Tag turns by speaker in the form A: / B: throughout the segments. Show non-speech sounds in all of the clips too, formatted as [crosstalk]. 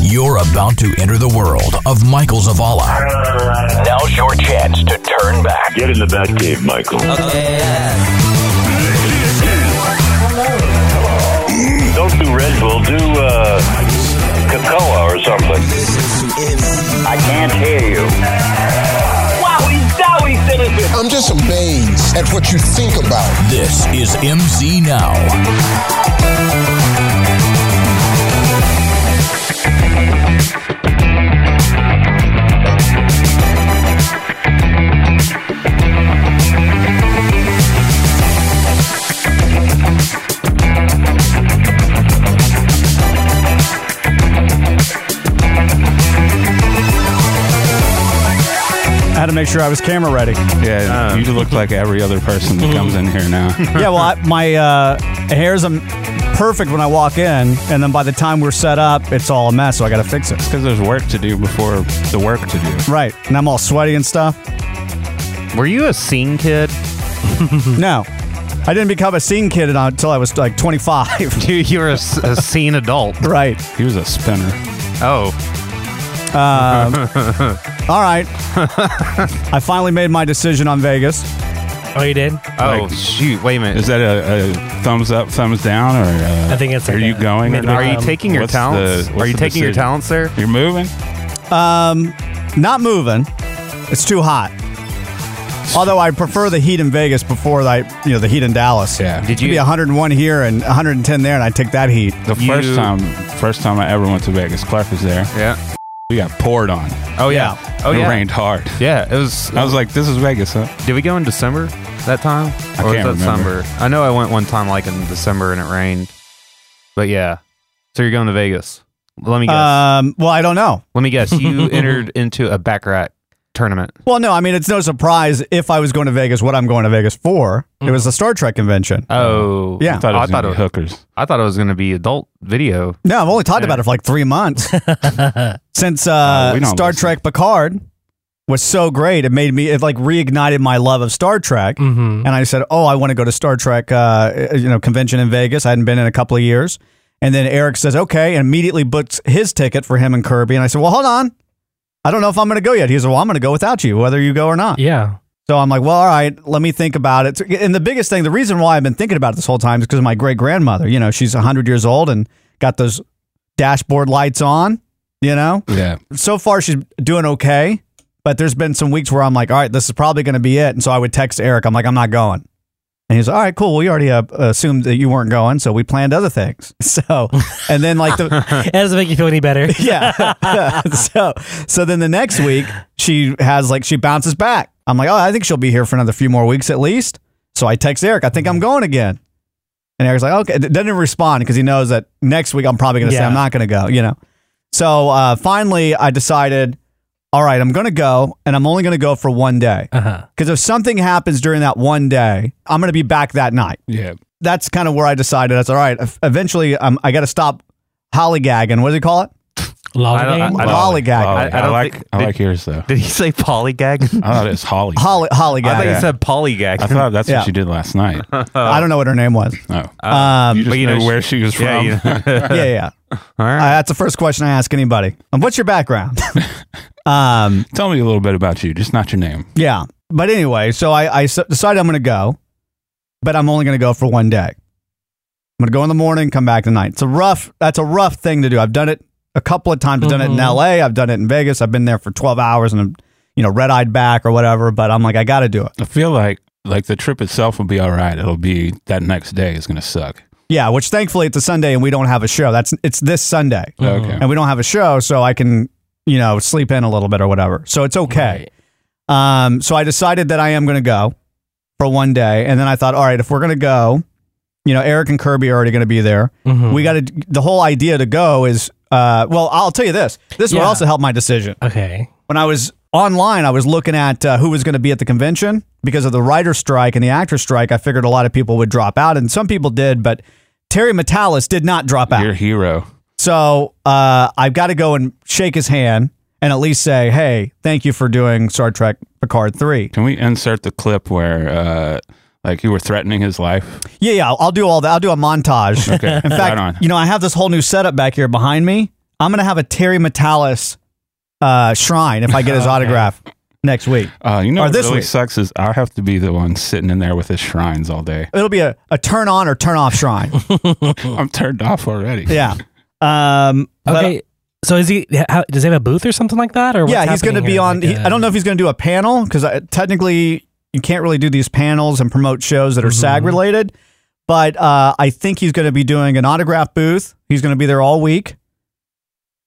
A: You're about to enter the world of Michael Zavala. Now's your chance to turn back.
B: Get in the Batcave, Michael. Don't do Red Bull. Do uh, Cocoa or something. I can't hear you.
C: Wow, he's dowie citizen.
D: I'm just amazed at what you think about.
A: This is MC Now.
E: I had to make sure I was camera ready. Um,
F: Yeah, you look like every other person that comes in here now.
E: [laughs] yeah, well, I, my uh, hair's um, perfect when I walk in, and then by the time we're set up, it's all a mess, so I got to fix it.
F: Because there's work to do before the work to do.
E: Right, and I'm all sweaty and stuff.
G: Were you a scene kid?
F: [laughs]
E: No, I didn't become a scene kid until I was like 25.
G: Dude, you were a, s- a scene
E: [laughs]
G: adult.
E: right.
F: He was a spinner.
G: [laughs] Oh,
E: All
F: [laughs]
E: right. I finally made my decision on Vegas.
H: Oh, you did?
G: oh,
F: Like-
G: shoot! Wait a minute.
F: Is that a, a thumbs up, thumbs down, or uh,
H: I think it's
F: Are
H: like
F: you
H: a
F: going?
H: mid-
G: Are you
H: Um,
G: taking your
F: what's the-
G: talents?
F: what's
G: Are you
F: the
G: taking your
F: decision?
G: talents there?
F: You're moving.
E: Not moving. It's too hot. Although I prefer the heat in Vegas before I, you know, the heat in Dallas.
F: Yeah.
G: Did
E: It'd
G: you?
E: be 101 here and 110 there, and I take that heat.
F: The
G: You-
F: first time, first time I ever went to Vegas, Clark was there.
G: yeah.
F: We got poured on.
G: Oh yeah. Oh
F: it
G: yeah.
F: rained hard.
G: Yeah, it was.
F: I was like, "This is Vegas, huh?"
G: did we go in December that time?
F: Oh. I
G: or
F: can't
G: was that
F: remember.
G: summer? I know I went one time like in December and it rained. But yeah. So you're going to Vegas. Let me guess.
F: Uh.
E: Um, well, I don't know.
G: Let me
F: [laughs]
G: guess. You entered into a baccarat tournament.
E: Well, no, I mean it's no surprise if I was going to Vegas, what I'm going to Vegas for. It was a Star Trek convention.
G: Oh
E: Yeah.
F: I thought it was
G: I thought
F: gonna
G: it,
F: be hookers.
G: I thought it was going to be adult video.
E: No, I've only talked about it for like three months since uh,
F: we don't
E: Star
F: listen.
E: Trek Picard was so great. It made me it like reignited my love of Star Trek,
H: mm-hmm.
E: and I said, "Oh, I want to go to Star Trek, uh, you know, convention in Vegas. I hadn't been in a couple of years." And then Eric says, "Okay," and immediately books his ticket for him and Kirby. And I said, "Well, hold on, I don't know if I'm going to go yet." He said, "Well, I'm going to go without you, whether you go or not."
H: [laughs] Yeah.
E: So I'm like, well, all right, let me think about it. And the biggest thing, the reason why I've been thinking about it this whole time is because of my great grandmother. You know, she's 100 years old and got those dashboard lights on, you know?
F: Yeah,
E: So far, she's doing okay, but there's been some weeks where I'm like, all right, this is probably going to be it. And so I would text Eric, I'm like, I'm not going. And he's like, all right, cool. We already uh, assumed that you weren't going. So we planned other things. [laughs] So, and then like the,
H: That doesn't make you feel any better.
E: yeah. [laughs] so so then the next week she has like she bounces back. I'm like, oh, I think she'll be here for another few more weeks at least. So I text Eric. I think I'm going again. And Eric's like, okay, doesn't even respond because he knows that next week I'm probably going to say
H: Yeah.
E: I'm not going to go. You know. So uh, finally, I decided, all right, I'm going to go, and I'm only going to go for one day
H: Uh-huh.
E: because if something happens during that one day, I'm going to be back that night
F: yeah.
E: that's kind of where I decided. That's all right. ev- Eventually, um, I got to stop hollygagging. What do they call it?
G: I don't-
H: Lollygagging?
G: I-
E: Lollygagging.
F: Holly.
G: I- I
F: I,
G: don't
F: like
G: think-
F: I
G: did-
F: like yours though.
G: [laughs] Did he say polygag?
F: I thought it's Holly.
E: Holly, hollygagging.
G: I
E: I,
G: thought he said polygag.
E: [laughs]
F: I thought that's
E: Yeah.
F: what she did last night.
E: don't know what her name was.
F: Oh,
G: [laughs]
E: Um,
F: you just
G: but uh, you
F: know,
G: know,
F: where she was from.
G: yeah, [laughs] you know.
E: yeah, yeah. Uh, [laughs]
G: All right.
E: that's the first question I ask anybody. Um, what's your
G: [laughs]
E: background? um,
F: Tell me a little bit about you, just not your name.
E: yeah. But anyway, so I, I s- decided I'm going to go, but I'm only going to go for one day. I'm going to go in the morning, come back tonight. It's a rough. That's a rough thing to do. I've done it a couple of times. I've done it in
H: Mhm.
E: L.A. I've done it in Vegas. I've been there for 12 hours and I'm, you know, red eyed back or whatever. But I'm like, I got to do it.
F: I feel like like the trip itself will be all right. It'll be that next day is gonna suck.
E: Yeah, which thankfully it's a Sunday and we don't have a show. That's it's this Sunday.
F: Okay.
E: Mm-hmm. And we don't have a show, so I can, you know, sleep in a little bit or whatever. So it's okay. Um, so I decided that I am gonna go for one day. And then I thought, all right, if we're gonna go, you know, Eric and Kirby are already gonna be there.
H: Mhm.
E: We gotta the whole idea to go is uh, well, I'll tell you this. This would
H: Yeah.
E: also help my decision.
H: Okay.
E: When I was online, I was looking at uh, who was going to be at the convention because of the writer's strike and the actor's strike. I figured a lot of people would drop out, and some people did, but Terry Metalis did not drop out.
F: Your hero.
E: So uh, I've got to go and shake his hand and at least say, hey, thank you for doing Star Trek Picard 3.
F: Can we insert the clip where uh like you were threatening his life?
E: Yeah, yeah, I'll do all that. I'll do a montage.
F: [laughs] Okay.
E: In fact,
F: right on.
E: you know, I have this whole new setup back here behind me. I'm gonna have a Terry Metalis uh, shrine if I
F: [laughs]
E: get his autograph next week.
F: Uh, you know
E: Or
F: what
E: this
F: really
E: week.
F: sucks is I'll have to be the one sitting in there with his shrines all day.
E: It'll be a, a turn on or turn off shrine.
F: [laughs] I'm turned off already.
E: yeah. Um, but-
H: Okay. so is he? How, does he have a booth or something like that? Or what's
E: yeah, he's going to
H: happening
E: be
H: here?
E: on.
H: Like,
E: he,
H: uh,
E: I don't know if he's going to do a panel because technically you can't really do these panels and promote shows that are SAG related. But uh, I think he's going to be doing an autograph booth. He's going to be there all week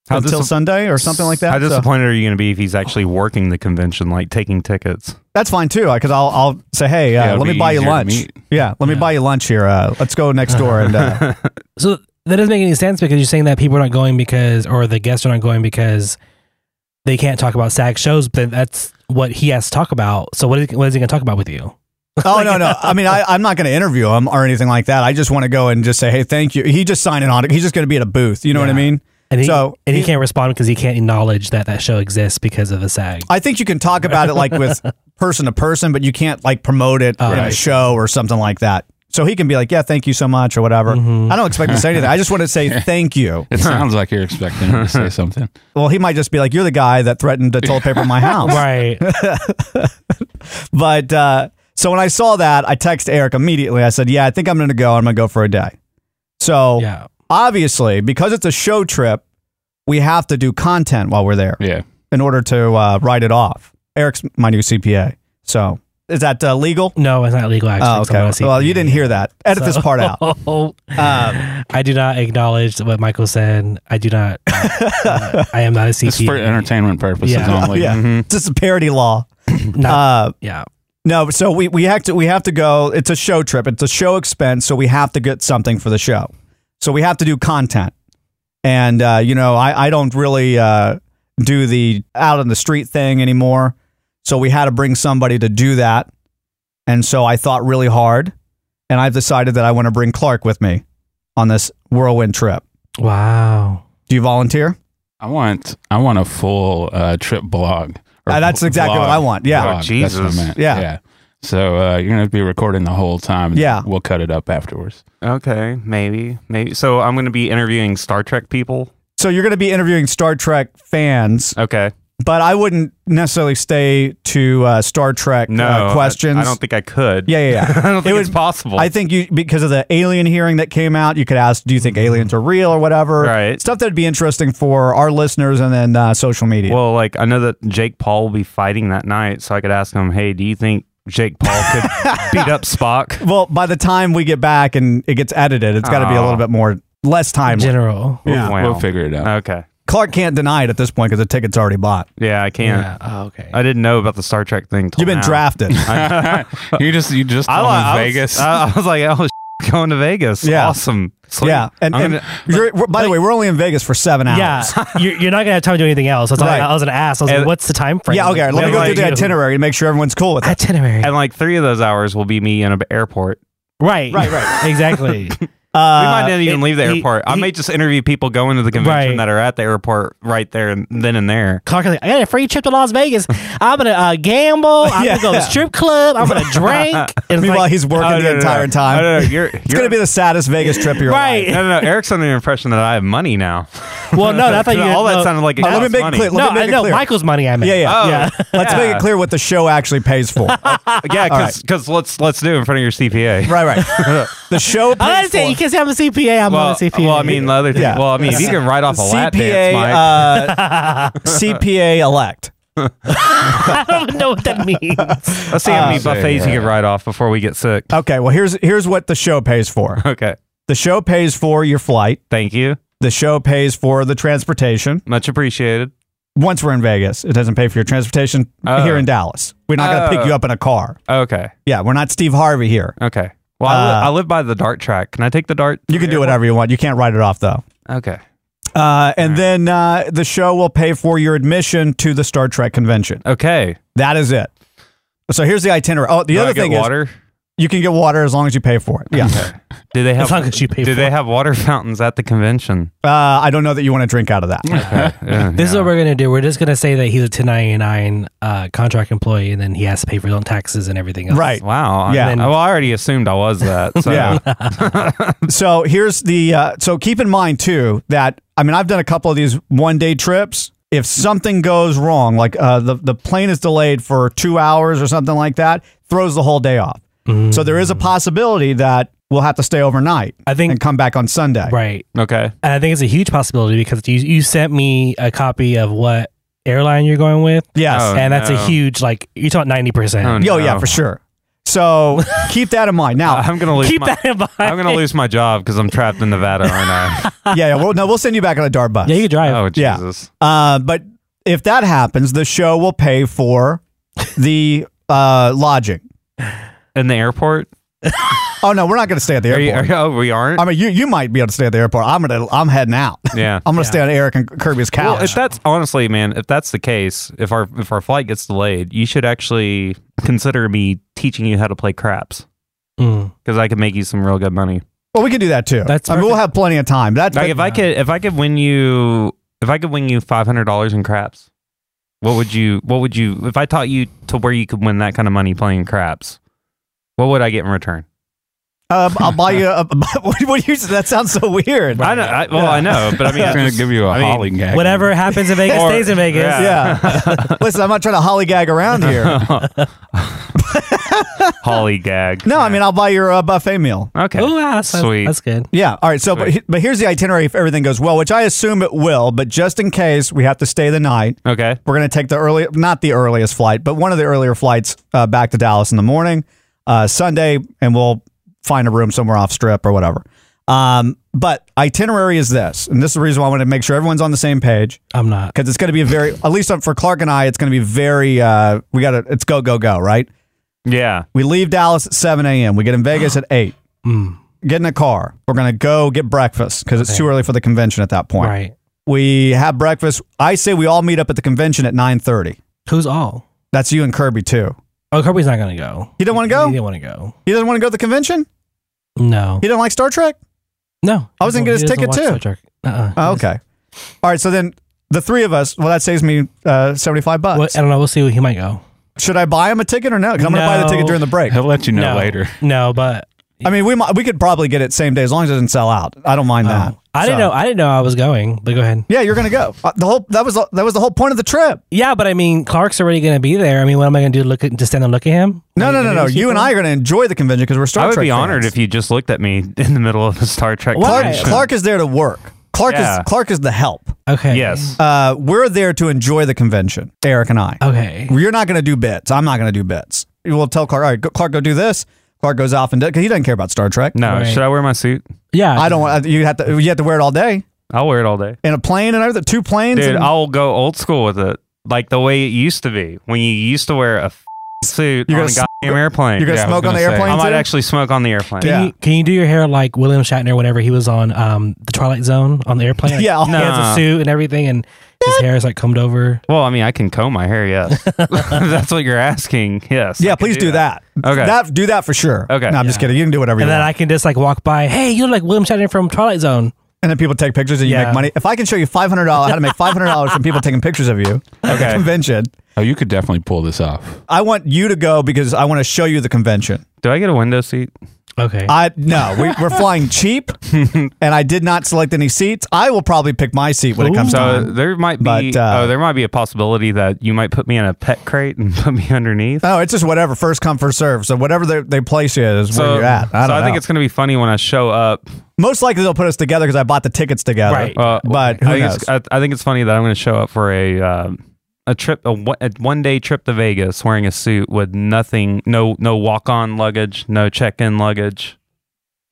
G: How
E: until
G: disap-
E: Sunday or something like that.
G: How
E: So
G: disappointed are you going to be if he's actually working the convention, like taking tickets?
E: that's fine too, because I'll I'll say, hey, uh,
F: Yeah, it'll
E: let me
F: be
E: buy you
F: easier to
E: lunch.
F: meet.
E: Yeah, let me buy you lunch here. Uh, let's go next door [laughs] and
G: [laughs]
E: uh, [laughs]
H: So that doesn't make any sense because you're saying that people are not going because, or the guests are not going because they can't talk about SAG shows. But that's what he has to talk about. So what is, what is he going to talk about with you?
E: Oh no, no. I mean, I, I'm not going to interview him or anything like that. I just want to go and just say, hey, thank you. He just signed an autograph. He's just going to be at a booth. You know what I mean?
H: And he,
E: So-
H: and he, can't respond because he can't acknowledge that that show exists because of the SAG.
E: I think you can talk about it like
H: [laughs]
E: with person to person, but you can't like promote it in a
H: Right.
E: show or something like that. So he can be like, yeah, thank you so much or whatever.
H: Mm-hmm.
E: I don't expect to say anything. I just want to
H: [laughs]
E: say thank you.
F: It sounds like you're expecting him
E: [laughs]
F: to say something.
E: Well, he might just be like, you're the guy that threatened to toilet paper my house.
H: [laughs]
E: [laughs]
H: right.
E: But uh, so when I saw that, I text Eric immediately. I said, yeah, I think I'm going to go. I'm going to go for a day. So
H: Yeah.
E: obviously, because it's a show trip, we have to do content while we're there
F: Yeah.
E: in order to uh, write it off. Eric's my new CPA. So is that uh, legal?
H: No, it's not legal. Actually,
E: Oh,
H: 'cause I'm
E: okay.
H: not a
E: Well, you
H: CPA.
E: didn't hear that. Edit this
H: So-
E: part
H: [laughs]
E: out. Um,
H: Oh. I do not acknowledge what Michael said. I
E: [laughs]
H: do not. uh, I am not a
F: It's for
H: CP.
F: entertainment purposes
H: Yeah.
F: only.
E: yeah, it's just a parody law.
H: Not-
E: Uh,
H: yeah.
E: no, so we, we have to we have to go. It's a show trip. It's a show expense, so we have to get something for the show. So we have to do content, and uh, you know I I don't really uh, do the out on the street thing anymore. So we had to bring somebody to do that, and so I thought really hard, and I've decided that I want to bring Clark with me on this whirlwind trip.
H: Wow.
E: Do you volunteer?
F: I want I want a full uh, trip blog. or
E: Uh, that's
F: bl-
E: exactly what I want, yeah. Oh,
F: That's what
G: Jesus.
F: I meant.
E: Yeah.
F: Yeah. So uh, you're gonna be recording the whole time. and
E: Yeah.
F: We'll cut it up afterwards.
G: Okay, maybe, maybe. So I'm going to be interviewing Star Trek people.
E: So you're going to be interviewing Star Trek fans,
G: Okay,
E: but I wouldn't necessarily stay to uh, Star Trek
G: no
E: uh,
G: I-
E: questions.
G: I, don't think I could.
E: Yeah, yeah, yeah.
G: [laughs] I don't think
E: It
G: it's
E: would-
G: possible.
E: I think you because of the alien hearing that came out, you could ask, "Do you think aliens are real or whatever?"
G: Mm-hmm. Right.
E: Stuff that'd be interesting for our listeners and then uh, social media.
G: well, like I know that Jake Paul will be fighting that night, so I could ask him, "Hey, do you think Jake Paul could
E: [laughs]
G: beat up Spock?"
E: Well, by the time we get back and it gets edited, it's got to be a
G: Aw.
E: little bit more less time.
H: General.
E: [laughs] Yeah.
G: Wow.
F: We'll figure it
G: [laughs]
F: out.
G: Okay.
E: Clark can't deny it at this point because the ticket's already bought.
G: Yeah, I can.
H: Yeah. Oh, okay.
G: I didn't know about the Star Trek thing. Till
E: You've been
G: now. [laughs]
E: drafted.
F: you just you just
G: I,
F: told
G: li-
F: him
G: I was,
F: Vegas.
G: I, I was like, oh, [laughs] sh- going to Vegas.
E: Yeah.
G: Awesome. Sweet.
E: yeah, and,
G: I'm
E: and
G: gonna-
E: you're, we're- by the way, we're only in Vegas for seven hours.
H: Yeah, [laughs] you're, you're not gonna have time to do anything else. That's all
E: Right.
H: I, I was gonna ask. I was like,
G: And-
H: what's the time frame?
E: Yeah, okay.
H: Like,
E: Let me
H: what
E: go
H: do
E: through
H: I
E: the
H: do?
E: itinerary and make sure everyone's cool
G: [laughs]
E: with it.
H: Itinerary.
G: and like three of those hours will be me in an airport.
H: right.
E: Right, right.
H: [laughs] exactly.
G: We
E: Uh,
G: might not even
H: it-
G: leave the
H: he-
G: airport. I
H: he-
G: may just interview people going to the convention
H: Right.
G: that are at the airport right there and then and there.
H: Clark is like, I got a free trip to Las Vegas. I'm gonna uh, gamble. I'm
E: Yeah.
H: gonna go to the strip club. I'm gonna drink.
E: [laughs]
H: And it's
E: Meanwhile,
H: like,
E: he's working
G: Oh,
E: the
G: no, no, no.
E: entire time.
G: Oh, no, no, you're,
E: It's going to
G: [laughs]
E: be the saddest Vegas trip of your
H: Right.
E: life.
G: no, no, no. Eric's under the impression that I have money now.
E: [laughs]
H: well, no, I thought
G: [laughs]
H: you
G: all that
H: no,
G: sounded like it
E: But let me
G: costs
E: make it
G: money.
E: clear- let
H: no,
E: me make
H: I
E: it
H: know
E: clear.
H: Michael's money. I mean,
E: Yeah, yeah.
G: Oh,
H: yeah.
E: Let's
G: yeah.
E: make it clear what the show actually pays
G: [laughs]
E: for. right,
G: [laughs] Yeah, because let's let's do it in front of your
E: [laughs]
G: CPA.
E: right. The
G: [laughs]
E: show
H: I
E: pays
H: understand. You
E: for.
H: can say I'm a CPA. I'm
G: Well,
H: not a CPA.
G: well, I
H: [laughs]
G: mean, the other thing.
E: Yeah.
G: Well, I mean,
E: [laughs]
G: if you can write off a lap dance,
E: CPA,
G: Mike.
E: uh, [laughs] CPA elect.
H: I don't know what
G: [laughs]
H: that means.
G: Let's see
E: uh,
G: how many
F: so,
G: buffets you
F: yeah.
G: can write off before we get sick.
E: Okay, well here's here's what the show pays for.
G: Okay.
E: The show pays for your flight.
G: Thank you.
E: The show pays for the transportation.
G: Much appreciated.
E: Once we're in Vegas, it doesn't pay for your transportation
G: Oh.
E: here in Dallas. We're not going to pick
G: Oh.
E: you up in a car.
G: Okay.
E: Yeah, we're not Steve Harvey here.
G: Okay. Well, I,
E: Uh,
G: li- I live by the dart track. Can I take the dart?
E: You can do whatever you want. You can't write it off though.
G: Okay.
E: Uh, and then uh, the show will pay for your admission to the Star Trek convention.
G: Okay.
E: That is it. So here's the itinerary. Oh, the
G: Do I
E: other
G: get
E: thing
G: water?
E: You can get water as long as you pay for it. Yeah.
G: Do they have?
H: As long as you
G: [laughs]
H: pay
G: do
H: for
G: they
H: it.
G: have water fountains at
E: [laughs]
G: the convention?
E: Uh, I don't know that you want to drink out of that.
G: Yeah,
H: This is
G: yeah.
H: what we're gonna do. We're just gonna say that he's a 1099 uh, contract employee, and then he has to pay for his own taxes and everything else.
E: Right.
G: Wow.
E: Yeah.
G: I, well, I already assumed I was that.
E: [laughs]
G: So.
E: Yeah. so here's the. Uh, so keep in mind too that I mean I've done a couple of these one day trips. If something goes wrong, like uh, the the plane is delayed for two hours or something like that, throws the whole day off. So there
G: Mm.
E: is a possibility that we'll have to stay overnight.
H: I think-
E: and come back on Sunday.
H: Right.
G: [laughs] Okay.
H: And I think it's a huge possibility because you you sent me a copy of what airline you're going with.
E: Yes.
G: Oh,
H: and that's
G: no.
H: a huge like you're talking ninety percent.
G: Oh,
E: Oh yeah,
G: no.
E: for sure. So keep that in mind. Now,
G: [laughs] I'm gonna lose.
H: [laughs] Keep
G: my,
H: that in mind.
G: I'm gonna lose my job because I'm trapped in Nevada, aren't
E: [laughs]
G: I?
E: yeah, yeah, we'll, no, we'll send you back on a dart bus.
H: Yeah, you could drive.
G: oh
E: Yeah.
G: Jesus.
E: Uh, but if that happens, the show will pay for the uh, lodging.
G: In the airport?
E: Oh no, we're not going to stay at the
G: Are
E: airport.
G: you, are you, oh, we aren't.
E: I mean, you you might be able to stay at the airport. I'm gonna I'm heading out.
G: yeah.
E: I'm gonna stay on Eric and Kirby's
G: Well,
E: couch.
G: if that's honestly, man, if that's the case, if our if our flight gets delayed, you should actually consider me teaching you how to play craps
H: Mm.
G: because I could make you some real good money.
E: well, we can do that too.
H: That's
E: I mean, we'll
H: perfect.
E: have plenty of time. That's
G: Like if I could if I could win you if I could win you five hundred dollars in craps, what would you what would you if I taught you to where you could win that kind of money playing craps, what would I get in return? [laughs]
E: uh, I'll buy you. A, [laughs] what, what do you? That sounds so weird.
G: I know I, well I know, but
F: [laughs]
G: I mean
F: He's
G: I'm
F: going to
G: just-
F: give you a
G: I mean,
F: holly gag.
H: Whatever happens in Vegas
G: Or-
H: stays in Vegas.
G: yeah.
E: Yeah. Listen, I'm not trying to hollygag
G: [laughs]
E: around here.
G: holly gag.
E: No, I mean I'll buy your uh, buffet meal.
G: Okay.
H: Oh, wow, that's,
G: Sweet.
H: That's good.
E: Yeah. All right. So, but, he- but here's the itinerary if everything goes well, which I assume it will. But just in case we have to stay the night,
G: Okay.
E: we're going to take the early, not the earliest flight, but one of the earlier flights uh, back to Dallas in the morning, uh, Sunday, and we'll find a room somewhere off strip or whatever. Um, but itinerary is this, and this is the reason why I want to make sure everyone's on the same page
H: I'm not.
E: because it's going to be a very, at least for Clark and I, it's going to be very. Uh, we got to, it's go go go, right?
G: Yeah.
E: We leave Dallas at 7 a.m. We get in Vegas at 8.
H: Mm.
E: Get in a car. We're going to go get breakfast because it's too early for the convention at that point.
H: Right.
E: We have breakfast. I say we all meet up at the convention at 9.30.
H: Who's all?
E: That's you and Kirby, too.
H: Oh, Kirby's not gonna go.
E: He didn't want to
H: He
E: go?
H: didn't want to go.
E: He doesn't want to go to the convention?
H: No.
E: He didn't like Star Trek?
H: No.
E: I was gonna
H: He
E: get his
H: doesn't
E: ticket,
H: watch
E: too.
H: Star Trek. Uh-uh.
E: Oh, okay. All right, so then the three of us, well, that saves me uh, 75 bucks.
H: Well, I don't know. We'll see. He might go.
E: Should I buy him a ticket or no? 'Cause I'm going to buy the
H: No.
E: ticket during the break.
F: He'll let you know later.
H: [laughs] No, but
E: I mean, we mi- we could probably get it same day as long as it doesn't sell out. I don't mind that.
H: oh, I didn't
E: So-
H: know. I didn't know I was going. But go ahead.
E: Yeah, you're going to go. Uh, the whole that was the- that was the whole point of the trip.
H: Yeah, but I mean, Clark's already going to be there. I mean, what am I going to do? Look at just stand and look at him?
E: No, no, no, no. You and I are going to enjoy the convention because we're Star
G: I would
E: Trek
G: be honored
E: fans.
G: if you just looked at me [laughs] in the middle of a Star Trek
H: Why?
E: Clark,
G: convention.
E: Clark is there to work. Clark
G: Yeah.
E: is Clark is the help.
H: Okay.
G: Yes.
E: Uh, we're there to enjoy the convention. Eric and I.
H: Okay.
E: You're not going to do bits. I'm not going to do bits. We'll tell Clark. All right, go, Clark, go do this. Clark goes off and does because he doesn't care about Star Trek.
G: No.
H: Right.
G: Should I wear my suit?
H: Yeah.
E: I don't want you have to. You have to wear it all day
G: I'll wear it all day.
E: in a plane and everything. Two planes.
G: Dude,
E: and-
G: I'll go old school with it. Like the way it used to be when you used to wear a f- suit
E: You're
G: on a
E: gonna
G: goddamn airplane.
E: you're going to
F: Yeah, I was
E: smoke on the
F: gonna say.
E: airplane.
G: I might
E: too?
G: actually smoke on the airplane.
E: Yeah.
H: Can, you, can you do your hair like William Shatner whenever he was on um, the Twilight Zone on the airplane?
E: [laughs]
H: Like,
E: Yeah.
H: He has
G: Nah.
H: a suit and everything, and his hair is like combed over.
G: Well, I mean, I can comb my
E: [laughs]
G: hair, yes. [laughs] If That's what you're asking. Yes. I
E: Yeah,
G: can
E: please do that.
G: Okay.
E: That do that for sure.
G: Okay.
E: No, I'm just
G: Yeah.
E: kidding. You can do whatever you
H: And then
E: want.
H: I can just like walk by, hey, you look like William Shatner from Twilight Zone.
E: and then people take pictures and you
H: Yeah.
E: make money. If I can show you five hundred dollars how to make
G: [laughs]
E: five hundred dollars from people taking pictures of you at the
G: Okay.
E: convention,
F: Oh, you could definitely pull this off.
E: I want you to go because I want to show you the convention.
G: Do I get a window seat?
H: Okay.
E: I no, we, we're flying
G: [laughs]
E: cheap, and I did not select any seats. I will probably pick my seat when it comes
G: So
E: time.
G: there might be
E: But, uh,
G: oh, there might be a possibility that you might put me in a pet crate and [laughs] put me underneath.
E: Oh, it's just whatever. First come, first serve. So whatever they, they place you at is where
G: so
E: you're at. I
G: so
E: don't
G: I
E: know.
G: think it's gonna be funny when I show up.
E: most likely they'll put us together because I bought the tickets together.
H: Right.
G: Uh,
E: but who
G: I think,
E: knows?
G: it's, I, I think it's funny that I'm going to show up for a um a trip a, one- a one day trip to Vegas wearing a suit with nothing, no no walk on luggage, no check in luggage.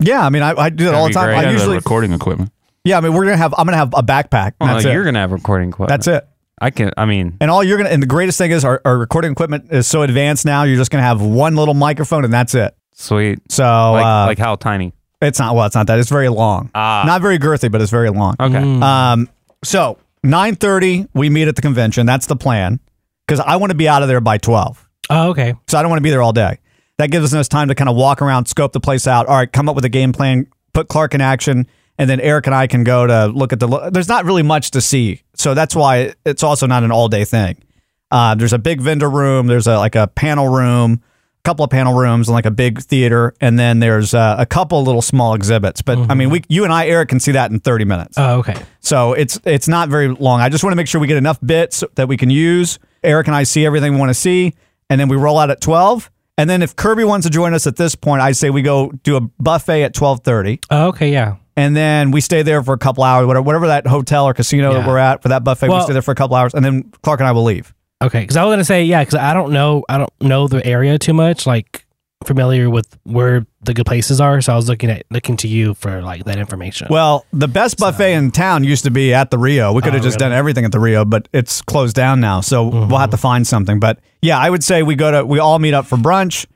E: yeah, I mean, I, I do that all the
G: be
E: time.
G: great.
E: I
F: And
G: Yeah,
F: the
E: usually,
F: recording equipment.
E: yeah, I mean, we're gonna have. I'm gonna have a backpack.
G: Well,
E: That's
G: you're
E: it.
G: going to have recording equipment.
E: That's it.
G: I can. I mean,
E: And all you're gonna and the greatest thing is our, our recording equipment is so advanced now. You're just gonna have one little microphone and that's it.
G: sweet.
E: So
G: Like,
E: uh,
G: like how tiny?
E: it's not well, it's not that. It's very long.
G: Ah.
E: Not very girthy, but it's very long.
G: Okay.
E: Um, so 9:30 we meet at the convention. That's the plan because I want to be out of there by 12.
H: oh, okay.
E: So I don't want to be there all day. That gives us time to kind of walk around, scope the place out. All right, come up with a game plan, put Clark in action, and then Eric and I can go to look at the. Lo- There's not really much to see, so that's why it's also not an all day thing. Uh, there's a big vendor room. There's a like a panel room, a couple of panel rooms, and like a big theater, and then there's uh, a couple little small exhibits. But I mean, we, you and I, Eric, can see that in 30 minutes.
H: Oh, okay.
E: So it's it's not very long. I just want to make sure we get enough bits that we can use. Eric and I see everything we want to see, and then we roll out at twelve. And then if Kirby wants to join us at this point, I say we go do a buffet at twelve thirty,
H: Oh, okay. Yeah.
E: and then we stay there for a couple hours, whatever, whatever that hotel or casino that
H: Yeah.
E: we're at for that buffet. we
H: Well-
E: stay there for a couple hours, and then Clark and I will leave.
H: Okay, because I was gonna say yeah, because I don't know, I don't know the area too much, like familiar with where the good places are. So I was looking at looking to you for like that information.
E: Well, the best buffet in town used to be at the Rio. We could
G: Oh,
E: have just done everything at the Rio, but it's closed down now, so
G: Mm-hmm.
E: we'll have to find something. But yeah, I would say we go to we all meet up for brunch,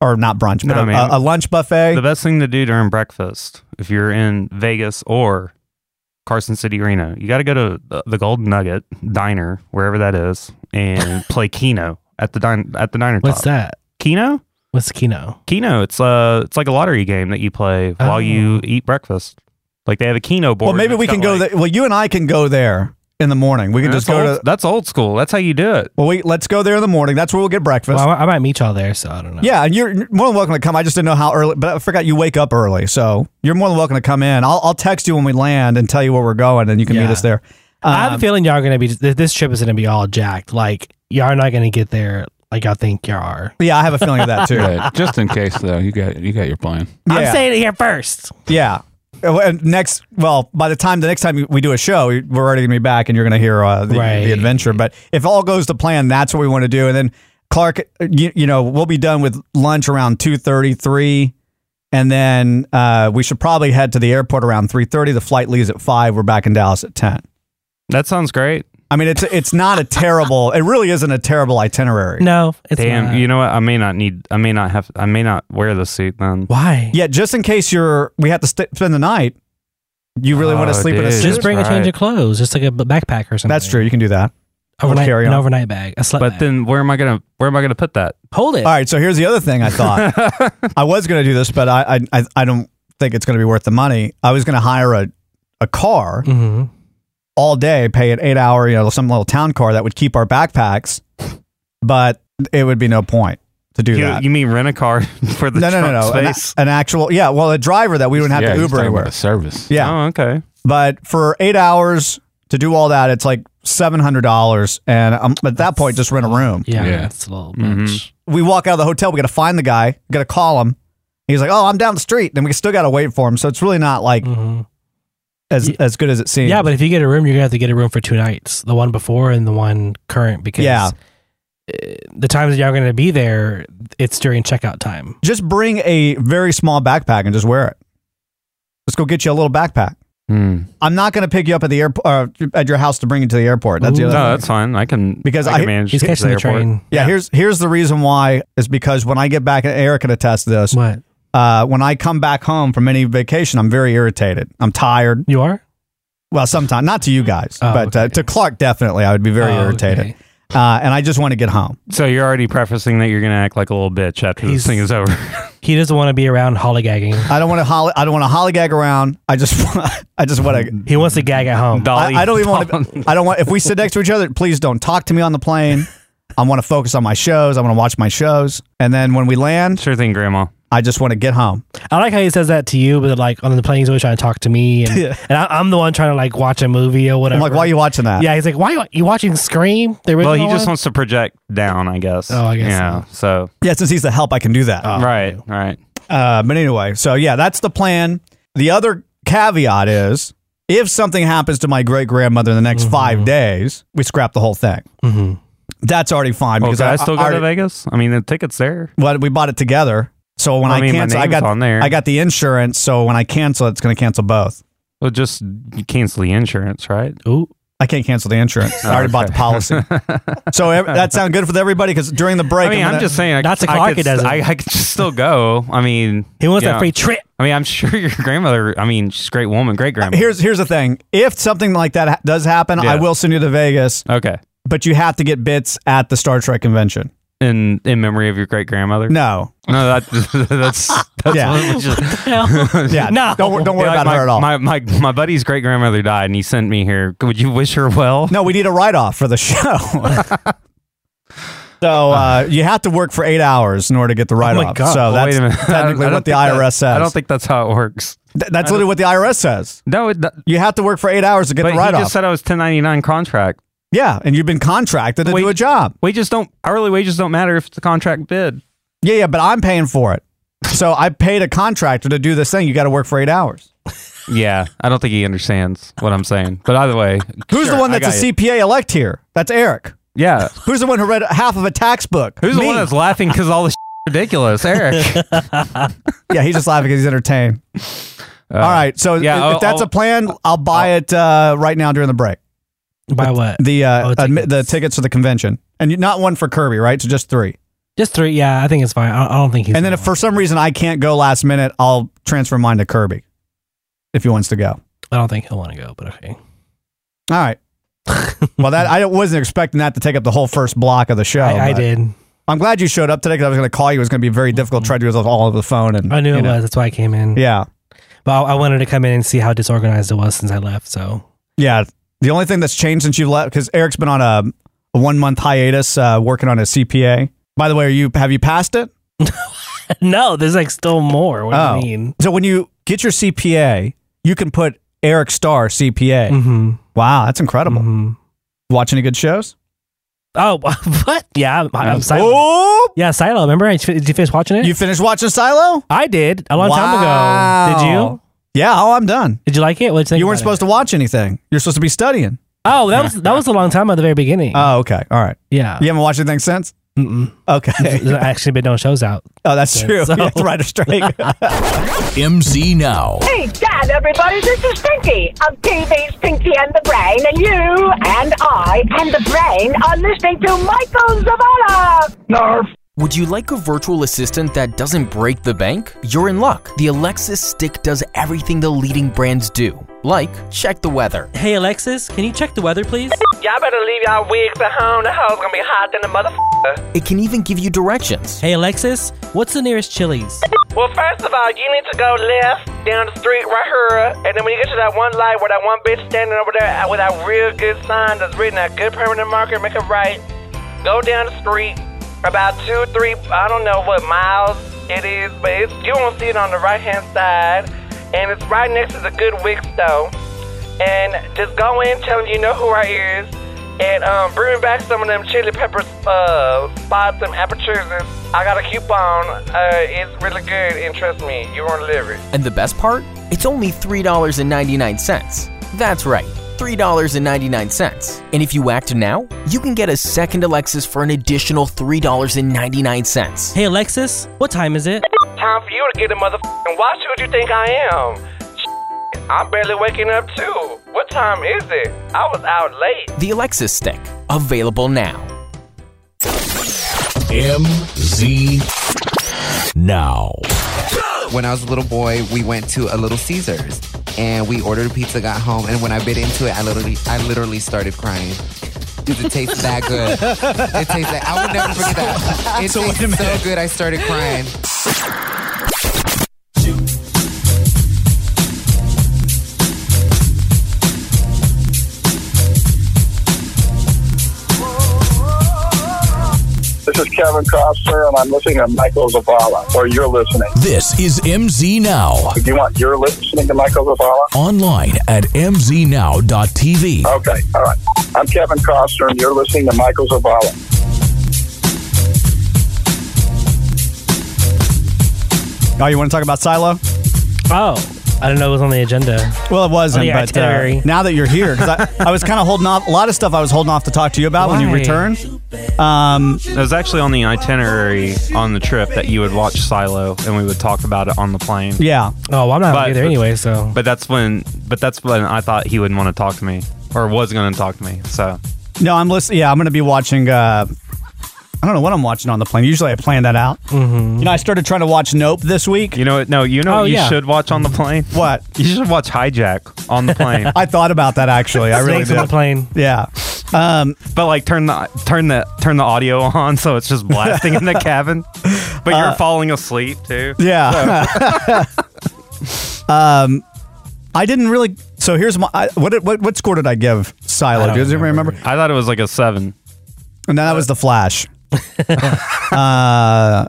E: or not brunch, but
G: No,
E: a,
G: man.
E: a- a lunch buffet.
G: The best thing to do during breakfast, if you're in Vegas or Carson City, Reno, you got to go to the- the Gold Nugget Diner, wherever that is,
E: [laughs]
G: and play Keno at the din- at the diner.
H: What's
G: top.
H: that?
G: Keno?
H: What's the keynote?
G: Keno. It's uh, it's like a lottery game that you play
H: Oh.
G: while you eat breakfast. Like they have a Keno board.
E: well, maybe
G: that's
E: we can
G: got,
E: go.
G: like-
E: there. Well, you and I can go there in the morning. We can
G: That's
E: just go
G: old,
E: to.
G: that's old school. That's how you do it.
E: Well, we let's go there in the morning. That's where we'll get breakfast.
H: Well, I, I might meet y'all there, so I don't know.
E: yeah, and you're you're more than welcome to come. I just didn't know how early, but I forgot you wake up early, so you're more than welcome to come in. I'll, I'll text you when we land and tell you where we're going, and you can meet
H: Yeah.
E: us there. Um,
H: I have a feeling y'all are gonna be th- this trip is gonna be all jacked. Like y'all are not gonna get there like y'all think y'all are.
E: Yeah, I have a feeling of that too.
G: [laughs]
F: But just in case, though, you got you got your plan.
E: Yeah.
H: I'm saying it here first.
E: Yeah. Uh, well, And next, well, by the time the next time we do a show, we're already gonna be back, and you're gonna hear uh, the,
H: Right.
E: the adventure. But if all goes to plan, that's what we want to do. And then Clark, uh, you, you know, we'll be done with lunch around two thirty three, and then uh, we should probably head to the airport around three thirty. The flight leaves at five. We're back in Dallas at ten.
G: That sounds great.
E: I mean, it's it's not a terrible. It really isn't a terrible itinerary.
H: No, it's
G: Damn,
H: not.
G: you know what? I may not need. I may not have. I may not wear the suit then.
H: why?
E: Yeah, just in case you're, we have to st- spend the night. You really want to
G: Oh,
E: sleep in a
G: dude.
E: suit?
H: Just bring a change
G: right.
H: of clothes, just like a b- backpack or something.
E: That's true. You can do that.
H: Overnight,
E: carry
H: an
E: on.
H: overnight bag, a slut
G: But
H: bag.
G: then where am I gonna? Where am I gonna put that?
H: hold it.
E: All right, so here's the other thing I thought. I was going to do this, but I, I- I I don't think it's going to be worth the money. I was going to hire a a car
H: Mm-hmm.
E: all day, pay an eight hour, you know, some little town car that would keep our backpacks, but it would be no point to do
G: You,
E: that.
G: you mean rent a car [laughs] for the
E: no, no,
G: trunk
E: no, no, An,
G: space?
E: an actual, yeah, well, a driver that we wouldn't have
F: yeah,
E: to
F: he's
E: Uber
F: talking about
E: anywhere.
F: a service.
E: Yeah,
G: Oh, okay.
E: but for eight hours to do all that, it's like seven hundred dollars, and um, at that point, just rent a room.
H: Yeah,
F: Yeah.
H: that's a little
G: Mhm.
H: much.
E: we walk out of the hotel. We got to find the guy. We got to call him. He's like, "Oh, I'm down the street." Then we still got to wait for him. So it's really not like
H: Mhm.
E: as as good as it seems.
H: Yeah, but if you get a room, you're gonna have to get a room for two nights: the one before and the one current. Because
E: Yeah.
H: uh, the times that y'all are gonna be there, it's during checkout time.
E: just bring a very small backpack and just wear it. Let's go get you a little backpack.
G: Hmm.
E: I'm not going to pick you up at the airport uh, at your house to bring you to the airport. That's the
H: Ooh.
E: other.
G: No,
E: thing.
G: that's fine. I can
E: Because
G: I can
E: I-
G: manage.
H: He's
G: to get to
H: catching the,
G: airport.
H: train.
E: yeah, here's here's the reason why is because when I get back, and Eric can attest to this.
H: What
E: Uh, when I come back home from any vacation, I'm very irritated. I'm tired.
H: you are?
E: Well, sometimes not to you guys,
H: Oh,
E: but uh,
H: okay.
E: to Clark definitely, I would be very
H: Oh,
E: irritated.
H: okay.
E: Uh, and I just want to get home.
G: So you're already prefacing that you're gonna act like a little bitch after
H: He's-
G: this thing
E: [laughs]
G: is over.
H: He doesn't want to be around hollygagging.
E: I don't want to holly. I don't want to hollygag around. I just [laughs] want. I just want to.
H: He wants to gag at home.
G: Dolly,
E: I, I don't even want
G: Dolly.
E: to. I don't want. If we sit next to each other, please don't talk to me on the plane.
G: [laughs]
E: I want to focus on my shows. I want to watch my shows. And then when we land,
G: [laughs] Sure thing, Grandma.
E: I just want to get home.
H: I like how he says that to you, but like on the plane, he's always trying to talk to me, and,
E: Yeah.
H: and I, I'm the one trying to like watch a movie or
E: I'm
H: whatever.
E: like, why are you watching that?
H: Yeah, he's like, why you, you watching Scream? The
G: Well,
H: original
G: he just
H: one?
G: wants to project down, I guess.
H: Oh, I guess
G: Yeah. So,
E: yeah. Since he's the help, I can do that.
G: right, right.
E: Uh, but anyway, so yeah, that's the plan. The other caveat is if something happens to my great grandmother in the next
G: Mm-hmm.
E: five days, we scrap the whole thing.
H: Mhm.
E: That's already fine
G: Well,
E: because
G: can Mm-hmm. Oh, I, still go
E: already-
G: to Vegas? I mean, the ticket's there.
E: Well, we bought it together. So when
G: I
E: I,
G: mean, my
E: cancel, I
G: name's
E: got
G: on there.
E: I got the insurance. So when I cancel, it's going to cancel both.
G: Well, just you cancel the insurance, right?
H: Ooh,
E: I can't cancel the insurance. I already bought the policy. so ev- that sound good for everybody because during the break,
G: I mean, I'm,
E: gonna-
G: just saying. I-
H: Not to
G: I
H: Clark,
G: could
H: it doesn't.
G: st- I, I could just still go. I mean,
H: he wants
G: you
H: that
G: know,
E: [laughs]
H: free trip.
G: I mean, I'm [laughs] sure your grandmother. I mean, she's a great woman, great grandma.
E: Here's here's the thing. If something like that ha- does happen, I
G: Yeah.
E: will send you to Vegas,
G: okay.
E: but you have to get bits at the Star Trek convention.
G: in in memory of your great grandmother?
E: No.
G: No, that, [laughs] that's
E: [laughs]
G: that's
E: Yeah.
G: what it was just-
E: Yeah.
H: No.
E: Don't, wor- don't worry
G: Yeah, like
E: about
G: my,
E: her at all.
G: My, my my buddy's great grandmother died, and he sent me here. Would you wish her well?
E: no, we need a write off for the show.
G: [laughs]
E: so uh, you have to work for eight hours in order to get the write
H: my
E: off.
H: God.
E: So
G: Oh Well,
E: that's
G: wait a
E: [laughs]
G: minute. [laughs] I don't-
E: technically
G: I don't
E: what the
G: think
E: IRS
G: that-
E: says.
G: I don't think that's how it works.
E: Th- that's literally what the IRS says.
G: No, it, but
E: You have to work for eight hours to get
G: he
E: the write off.
G: just said I was 1099 contract.
E: yeah, and you've been contracted to
G: Wait.
E: do a job.
G: Wages don't hourly wages don't matter if the contract bid.
E: Yeah, yeah, but I'm paying for it. So I paid a contractor to do this thing. You got to work for eight hours.
G: Yeah, I don't think he understands what I'm saying. But either way,
E: Who's
G: sure,
E: the one
G: I
E: that's
G: got
E: a
G: you.
E: CPA elect here? That's Eric.
G: Yeah,
E: Who's the one who read half of a tax book?
G: who's
E: Me.
G: the one that's laughing because [laughs] all this ridiculous, Eric?
E: Yeah, he's just laughing because he's entertained. [laughs] All right, so
G: yeah,
E: if,
G: I'll-
E: if that's
G: I'll-
E: a plan, I'll buy it uh, right now during the break.
H: By what?
E: The uh,
H: Oh,
E: admi- the
H: tickets.
E: tickets to the convention, and you- not one for Kirby, right? So just three.
H: Just three. Yeah, I think it's fine. I, I don't think he's.
E: And then
H: gonna
E: if for some reason I can't go last minute, I'll transfer mine to Kirby if he wants to go.
H: want- I don't think he'll want to go. But okay.
E: All
H: [laughs]
E: right. well, that I wasn't expecting that to take up the whole first block of the show.
H: I, I
E: Oh, but
H: did.
E: I'm glad you showed up today because I was going to call you. It was going to be very difficult. Try to do this all over the phone, and
H: I knew
E: you
H: it
E: know.
H: was. That's why I came in.
E: Yeah,
H: But I, I wanted to come in and see how disorganized it was since I left. So [laughs]
E: yeah. The only thing that's changed since you left because Eric's been on a, a one month hiatus uh, working on his CPA. By the way, are you have you passed it?
H: no, there's like still more. What
E: Oh.
H: do you mean?
E: So when you get your CPA, you can put Eric Star CPA.
H: Mm-hmm.
E: Wow, that's incredible.
H: Mhm.
E: Watch any good shows?
H: Oh, [laughs] what? Yeah, I'm, I'm Silo.
E: Oh,
H: Yeah, Silo. Remember, I, did you finish watching it?
E: you finished watching Silo?
H: I did a long time ago. Did you?
E: Wow. Yeah. Oh, I'm done.
H: Did you like it? What did you think?
E: You weren't
H: about
E: supposed to watch anything. You're supposed to be studying.
H: it? Oh, that was
E: [laughs]
H: that was a long time at the very beginning.
E: Oh, okay. All right.
H: yeah.
E: You haven't watched anything since?
H: Mm-mm. [laughs] There's
E: Okay.
H: actually been no shows out.
E: Oh, that's true. [laughs]
H: So-
E: That's right. Straight.
A: MC Now.
I: Hey, Dad, everybody, this is Pinky of TV's Pinky and the Brain, and you and I and the Brain are listening to Michael Zavala. Nerf.
J: Would you like a virtual assistant that doesn't break the bank? You're in luck. The Alexa stick does everything the leading brands do, like check the weather.
H: Hey Alexis, can you check the weather, please?
C: Y'all better leave y'all wigs at home. The house gonna be hot than a motherfucker.
J: It can even give you directions.
H: Hey Alexis, what's the nearest Chili's?
C: Well, first of all, you need to go left down the street right here, and then when you get to that one light where that one bitch standing over there with that real good sign that's written a good permanent marker, make a right. Go down the street about two, three, I don't know what miles it is, but it's, you won't see it on the right hand side, and it's right next to the Good Wig store. And just go in, tell them you know who I is, and um, bring back some of them chili peppers, uh, spots and apertures. I got a coupon. Uh, it's really good, and trust me, you won't live it.
J: And the best part? It's only $3.99. That's right, $3.99. And if you act now, you can get a second Alexis for an additional $3.99.
H: Hey Alexis, what time is it?
C: Time for you to get a motherfucking watch. Who do you think I am? I'm barely waking up too. What time is it? I was out late.
J: The Alexis stick, available now.
A: MZ Now.
K: When I was a little boy, we went to a Little Caesars and we ordered a pizza, got home, and when I bit into it, I literally, I literally started crying. Because it tastes that good. It tastes that. I will never forget that. It tastes so good. I started crying.
B: This is Kevin Costner, and I'm listening to Michael Zavala, or you're listening.
A: This is MZ Now.
B: If you want, you're listening to Michael Zavala.
A: Online at mznow.tv.
B: Okay, all right. I'm Kevin Costner, and you're listening to Michael Zavala.
E: [laughs] oh, you want to talk about Silo?
H: Oh, I don't know. It was on the agenda.
E: Well, it wasn't,
H: Oh, the
E: but uh,
H: itinerary.
E: now that you're here, 'cause I, I was kind of holding off a lot of stuff. I was holding off to talk to you about when you
H: Why?
E: returned. Um,
G: It was actually on the itinerary on the trip that you would watch Silo, and we would talk about it on the plane.
E: yeah,
H: Oh, well, I'm not
G: But-
H: either anyway. So
G: But that's when, but that's when I thought he wouldn't want to talk to me, or was going to talk to me. So
E: no, I'm listening. Yeah, I'm going to be watching. Uh, I don't know what I'm watching on the plane. Usually, I plan that out.
H: Mm-hmm.
E: You know, I started trying to watch Nope this week.
G: you know, what? no, you know,
H: Oh,
G: what you
H: yeah.
G: should watch on the plane.
E: What?
G: You should watch Hijack on the plane.
E: [laughs] I thought about that actually. I really
H: Snakes on
E: did.
H: the plane.
E: Yeah, Um,
G: but like turn the turn the turn the audio on so it's just
E: [laughs]
G: blasting in the cabin. But you're
E: Uh,
G: falling asleep too.
E: Yeah. [laughs] um, I didn't really. So here's my. I, what, did- what what score did I give Silo? Does anybody remember?
G: I thought it was like a seven.
E: And then that was the Flash. uh,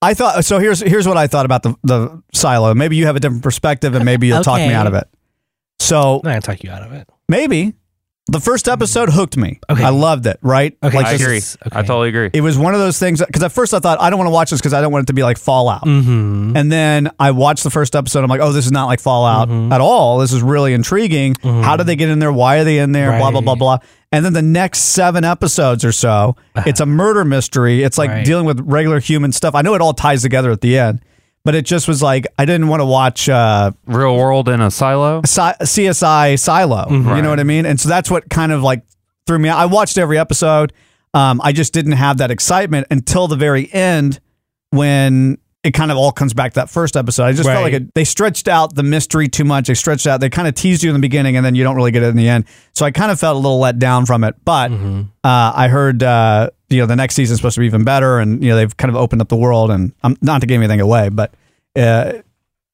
E: I thought so. Here's here's what I thought about the the Silo. Maybe you have a different perspective, and maybe you'll talk me
H: Okay.
E: out of it. So
H: I'm not gonna talk you out of it.
E: Maybe. The first episode hooked me. I loved it, right?
H: Okay.
G: I
E: this-
G: agree. I totally agree.
E: It was one of those things because at first I thought I don't want to watch this because I don't want it to be like Fallout.
H: Mhm.
E: And then I watched the first episode. I'm like, oh, this is not like Fallout at all. This is really intriguing. How did they get in there? Why are they in there? Blah blah blah blah. And then the next seven episodes or so, it's a murder mystery. It's like
H: Right.
E: dealing with regular human stuff. I know it all ties together at the end, but it just was like I didn't want to watch uh,
G: Real world in a silo.
E: Si- CSI Silo. You
H: Mm-hmm.
G: Right.
E: know what I mean? And so that's what kind of like threw me out. I watched every episode. Um, I just didn't have that excitement until the very end when it kind of all comes back to that first episode. I just felt like
H: Right.
E: it, they stretched out the mystery too much. They stretched out, they kind of teased you in the beginning and then you don't really get it in the end. So I kind of felt a little let down from it. But
H: Mm-hmm.
E: uh, I heard, uh, you know, the next season's supposed to be even better and, you know, they've kind of opened up the world and I'm not to give anything away, but uh,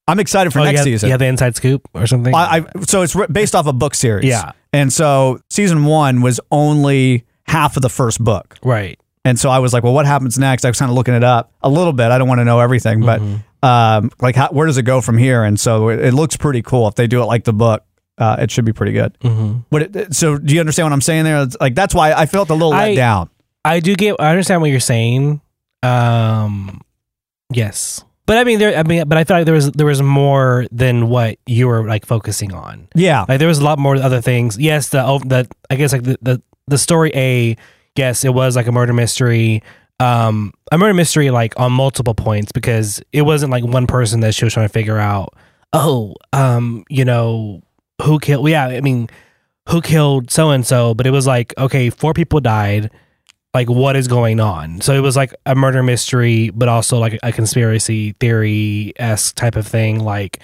E: I'm excited for
H: Oh,
E: next
H: you have,
E: season.
H: You have the inside scoop or something.
E: I, I, so it's re- based off a book series.
H: Yeah.
E: And so season one was only half of the first book.
H: right.
E: And so I was like, well, what happens next? I was kind of looking it up a little bit. I don't want to know everything, but
H: Mm-hmm.
E: um, like, how, where does it go from here? And so it, it looks pretty cool. If they do it like the book, uh, it should be pretty good.
H: Mm. Mm-hmm.
E: What it, so do you understand what I'm saying there? It's like, that's why I felt a little
H: I-
E: let down.
H: I do get. I understand what you're saying. Um, yes, but I mean, there. I mean, but I thought there was there was more than what you were like focusing on.
E: Yeah.
H: Like there was a lot more other things. Yes, the oh, the I guess like the, the the story A. Yes, it was like a murder mystery. Um, a murder mystery like on multiple points because it wasn't like one person that she was trying to figure out. Oh, um, you know who killed? Yeah, I mean, who killed so and so? But it was like okay, four people died. Like what is going on? So it was like a murder mystery, but also like a conspiracy theory esque type of thing. Like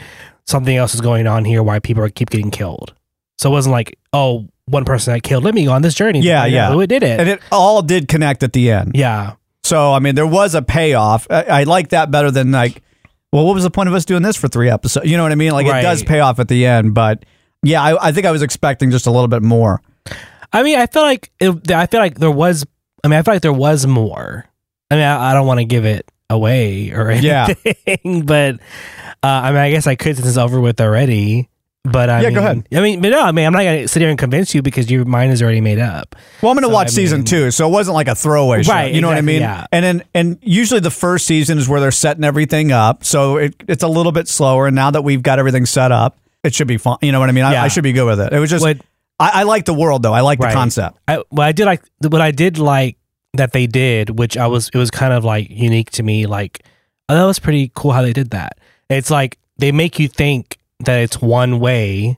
H: something else is going on here why people are, keep getting killed. So it wasn't like, oh, one person got killed. Let me go on this journey. to
E: Yeah.
H: find out
E: Yeah.
H: Who did it?
E: And it all did connect at the end.
H: yeah.
E: So I mean, there was a payoff. I, I like that better than like, well, what was the point of us doing this for three episodes? You know what I mean? Like it
H: Right.
E: does pay off at the end, but yeah, I, I think I was expecting just a little bit more.
H: I mean, I feel like it, I feel like there was. I mean, I feel like there was more. I mean, I, I don't want to give it away or
E: Yeah.
H: anything, [laughs] but uh, I mean, I guess I could since it's over with already. But I
E: Yeah,
H: mean,
E: go ahead.
H: I mean, but no, I mean, I'm not gonna sit here and convince you because your mind is already made up.
E: Well, I'm going to
H: So,
E: watch
H: I
E: season
H: mean-
E: two, so it wasn't like a throwaway show.
H: Right,
E: You know what I
H: exactly,
E: mean?
H: yeah.
E: And then and usually the first season is where they're setting everything up, so it, it's a little bit slower. And now that we've got everything set up, it should be fun. You know what I mean? I,
H: Yeah.
E: I should be good with it. It was just
H: What-
E: I, I like the world though. I like
H: Right.
E: the concept.
H: I, well, I did like what I did like that they did, which I was it was kind of like unique to me. Like oh, that was pretty cool how they did that. It's like they make you think that it's one way,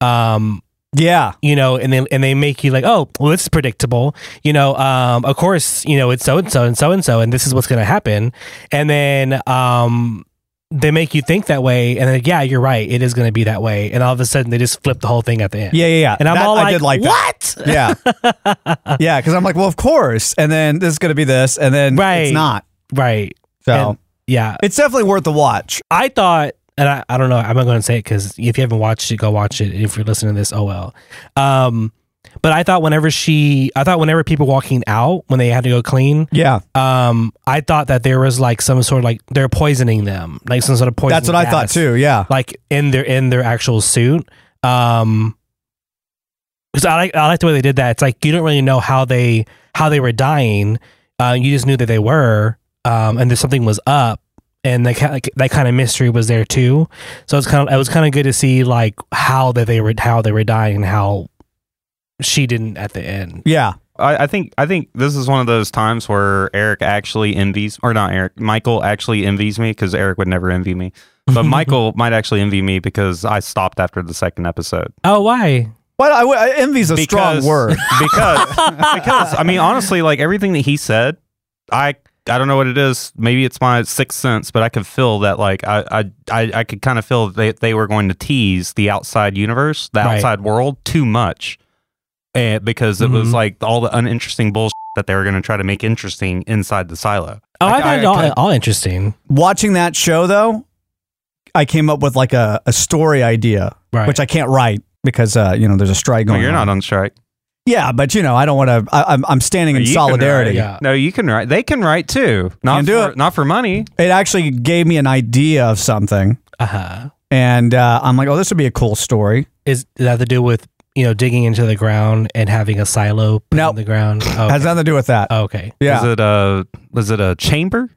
H: um,
E: Yeah.
H: you know, and then and they make you like, oh, well, it's predictable, you know. Um, of course, you know, it's so and so and so and so, and this is what's going to happen, and then um. They make you think that way, and then yeah, you're right. It is going to be that way, and all of a sudden they just flip the whole thing at the end.
E: Yeah, yeah, yeah.
H: and I'm
E: That-
H: all like,
E: I did like that.
H: what?
G: [laughs]
E: Yeah. yeah, because I'm like, well, of course. And then this is going to be this, and then
H: Right.
E: it's not.
H: Right.
E: So
H: And- yeah,
E: it's definitely worth the watch.
H: I thought, and I, I don't know, I'm not going to say it because if you haven't watched it, go watch it. If you're listening to this, oh well. Um, but I thought whenever she, I thought whenever people walking out when they had to go clean,
E: Yeah.
H: um, I thought that there was like some sort of like they're poisoning them, like some sort of poison.
E: That's what I thought
H: gas,
E: too. Yeah.
H: Like in their in their actual suit. Um, because I like I like the way they did that. It's like you don't really know how they how they were dying. Uh, you just knew that they were, um, and that something was up, and that kind like, that kind of mystery was there too. So it's kind of it was kind of good to see like how that they were how they were dying, and how she didn't at the end.
E: Yeah.
G: I, I think I think this is one of those times where Eric actually envies, or not Eric, Michael actually envies me because Eric would never envy me. But Michael might actually envy me because I stopped after the second episode.
H: Oh, why?
E: But I, I envy's a strong
G: Because- [laughs]
E: word.
G: because because I mean honestly, like everything that he said, I I don't know what it is. Maybe it's my sixth sense, but I could feel that like I I I, I could kind of feel that they, they were going to tease the outside universe, the
H: Right.
G: outside world too much. and because it was
E: Mm-hmm.
H: Mhm.
G: like all the uninteresting bullshit that they were going to try to make interesting inside the silo.
H: Oh, I
G: Like,
H: find it all, all interesting.
E: Watching that show though, I came up with like a, a story idea,
G: Right.
E: which I can't write because uh, you know there's a strike
G: No,
E: going.
G: you're
E: on.
G: not on strike.
E: Yeah, but you know I don't want to. I'm I'm standing in
G: You can
E: solidarity.
G: write. No, you can write. They can write too.
E: Can
G: Not for,
E: do
G: not for money.
E: It actually gave me an idea of something,
H: Uh-huh.
E: and uh, I'm like, oh, this would be a cool story.
H: Is does that have to do with you know digging into the ground and having a silo put in the ground? Oh,
E: Has nothing to do with that.
H: okay.
E: Yeah.
G: Is it a is it a chamber?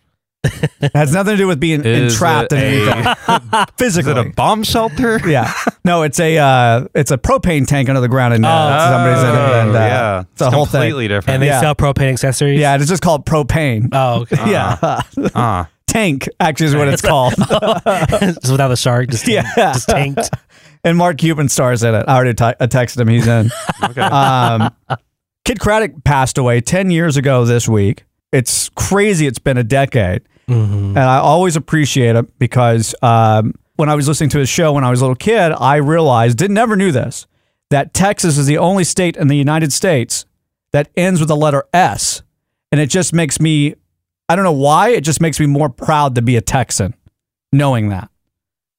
E: has nothing to do with being
G: Is
E: entrapped
G: it
E: in
G: a- [laughs]
E: anything physically. Is it a
G: bomb shelter?
E: [laughs] yeah. No, it's a uh, it's a propane tank under the ground and uh, somebody's in it. And, uh,
G: Oh, yeah.
E: it's a whole
G: completely
E: thing.
G: different. Uh,
H: And they sell propane accessories.
E: Yeah, it's just called propane.
H: Oh, okay.
E: [laughs]
H: [laughs]
E: yeah.
G: Ah.
E: tank actually is what
G: [laughs]
E: it's called.
H: It's without the shark, just tank,
E: Yeah.
H: just tanked.
E: and Mark Cuban stars in it. I already t- I texted him. He's in.
G: Okay.
E: Um, Kid Craddock passed away 10 years ago this week. It's crazy. It's been a decade. And I always appreciate it because um, when I was listening to his show when I was a little kid, I realized, did never knew this, that Texas is the only state in the United States that ends with the letter S. And it just makes me, I don't know why, it just makes me more proud to be a Texan knowing that.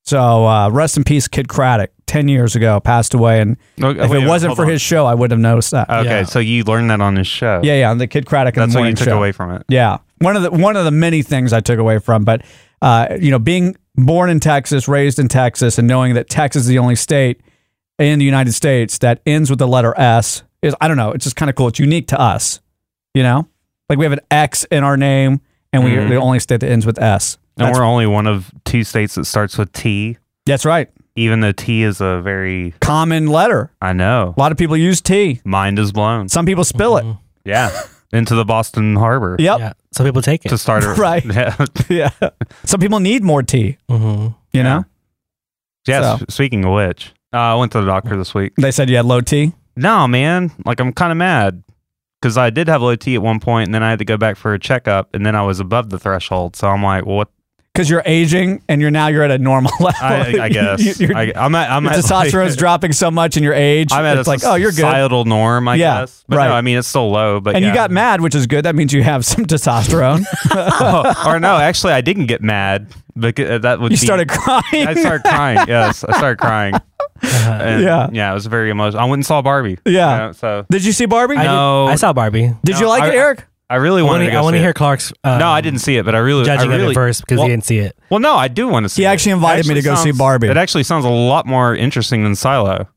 E: So uh, rest in peace, Kid Craddock. 10 years ago, passed away. And
G: Okay,
E: if
G: wait,
E: it wasn't
G: Oh, hold
E: for
G: on.
E: his show, I wouldn't have noticed that.
G: Okay,
E: Yeah.
G: so you learned that on his show.
E: Yeah, yeah, on the Kid Craddock. in the
G: That's what you
E: Morning
G: took
E: show.
G: away from it.
E: Yeah, one of the one of the many things I took away from, but uh, you know, being born in Texas, raised in Texas, and knowing that Texas is the only state in the United States that ends with the letter S is I don't know. It's just kind of cool. It's unique to us, you know. Like we have an X in our name, and we're
G: Mhm.
E: the only state that ends with S.
G: And
E: That's-
G: we're only one of two states that starts with T.
E: That's right.
G: Even though T is a very
E: common letter.
G: I know.
E: A lot of people use T.
G: Mind is blown.
E: Some people spill it.
G: Mm-hmm.
E: [laughs]
G: Yeah. Into the Boston Harbor.
E: Yep.
H: Some people take it
E: [laughs]
G: To start a- [laughs]
E: Right.
G: Yeah.
E: [laughs] Yeah. Some people need more T.
H: Mhm.
E: You know.
G: Yeah,
E: So.
G: s- Speaking of which, uh, I went to the doctor this week.
E: They said you had low T.
G: No, man. Like I'm kind of mad because I did have low T at one point, and then I had to go back for a checkup, and then I was above the threshold. So I'm like, well, what?
E: because you're aging and you're now you're at a normal [laughs] level.
G: I- I
E: [laughs]
G: guess.
E: Your-
G: I- I'm at- I'm
E: your
G: at, like-
E: testosterone's
G: [laughs]
E: dropping so much in your age.
G: I'm at
E: it's
G: a
E: like, oh, you're good.
G: societal norm, I
E: Yeah,
G: guess. But
E: right.
G: no, I mean it's still low. But
E: and
G: yeah.
E: you got mad, [laughs] which is good. That means you have some [laughs]
G: [laughs]
E: testosterone.
G: Oh, [laughs] or no, actually, I didn't get mad. Because uh, that would
E: You
G: be-
E: started crying.
G: [laughs] I started crying. Yes, I
E: [laughs]
G: started crying. And,
E: Yeah.
G: yeah, it was very emotional. I went and saw Barbie.
E: [laughs] Yeah.
G: you know, so
E: Did you see Barbie?
H: I,
G: No.
H: did, I saw Barbie.
E: Did you
G: No,
E: like
G: I-
E: it, Eric?
G: I really
H: I
G: wanted
H: wanna-
G: to. Go
H: I wanna
G: see
H: hear
G: it.
H: Clark's,
G: no, I
H: um,
G: didn't see it, but I really
H: judging
G: I
H: of it
G: really,
H: first because
G: well,
H: he didn't see it.
G: Well, no, I do want to see.
E: He
G: it.
E: actually
G: It
E: invited me to go see
G: sounds-
E: Barbie.
G: It actually sounds a lot more interesting
E: [laughs]
G: than Silo.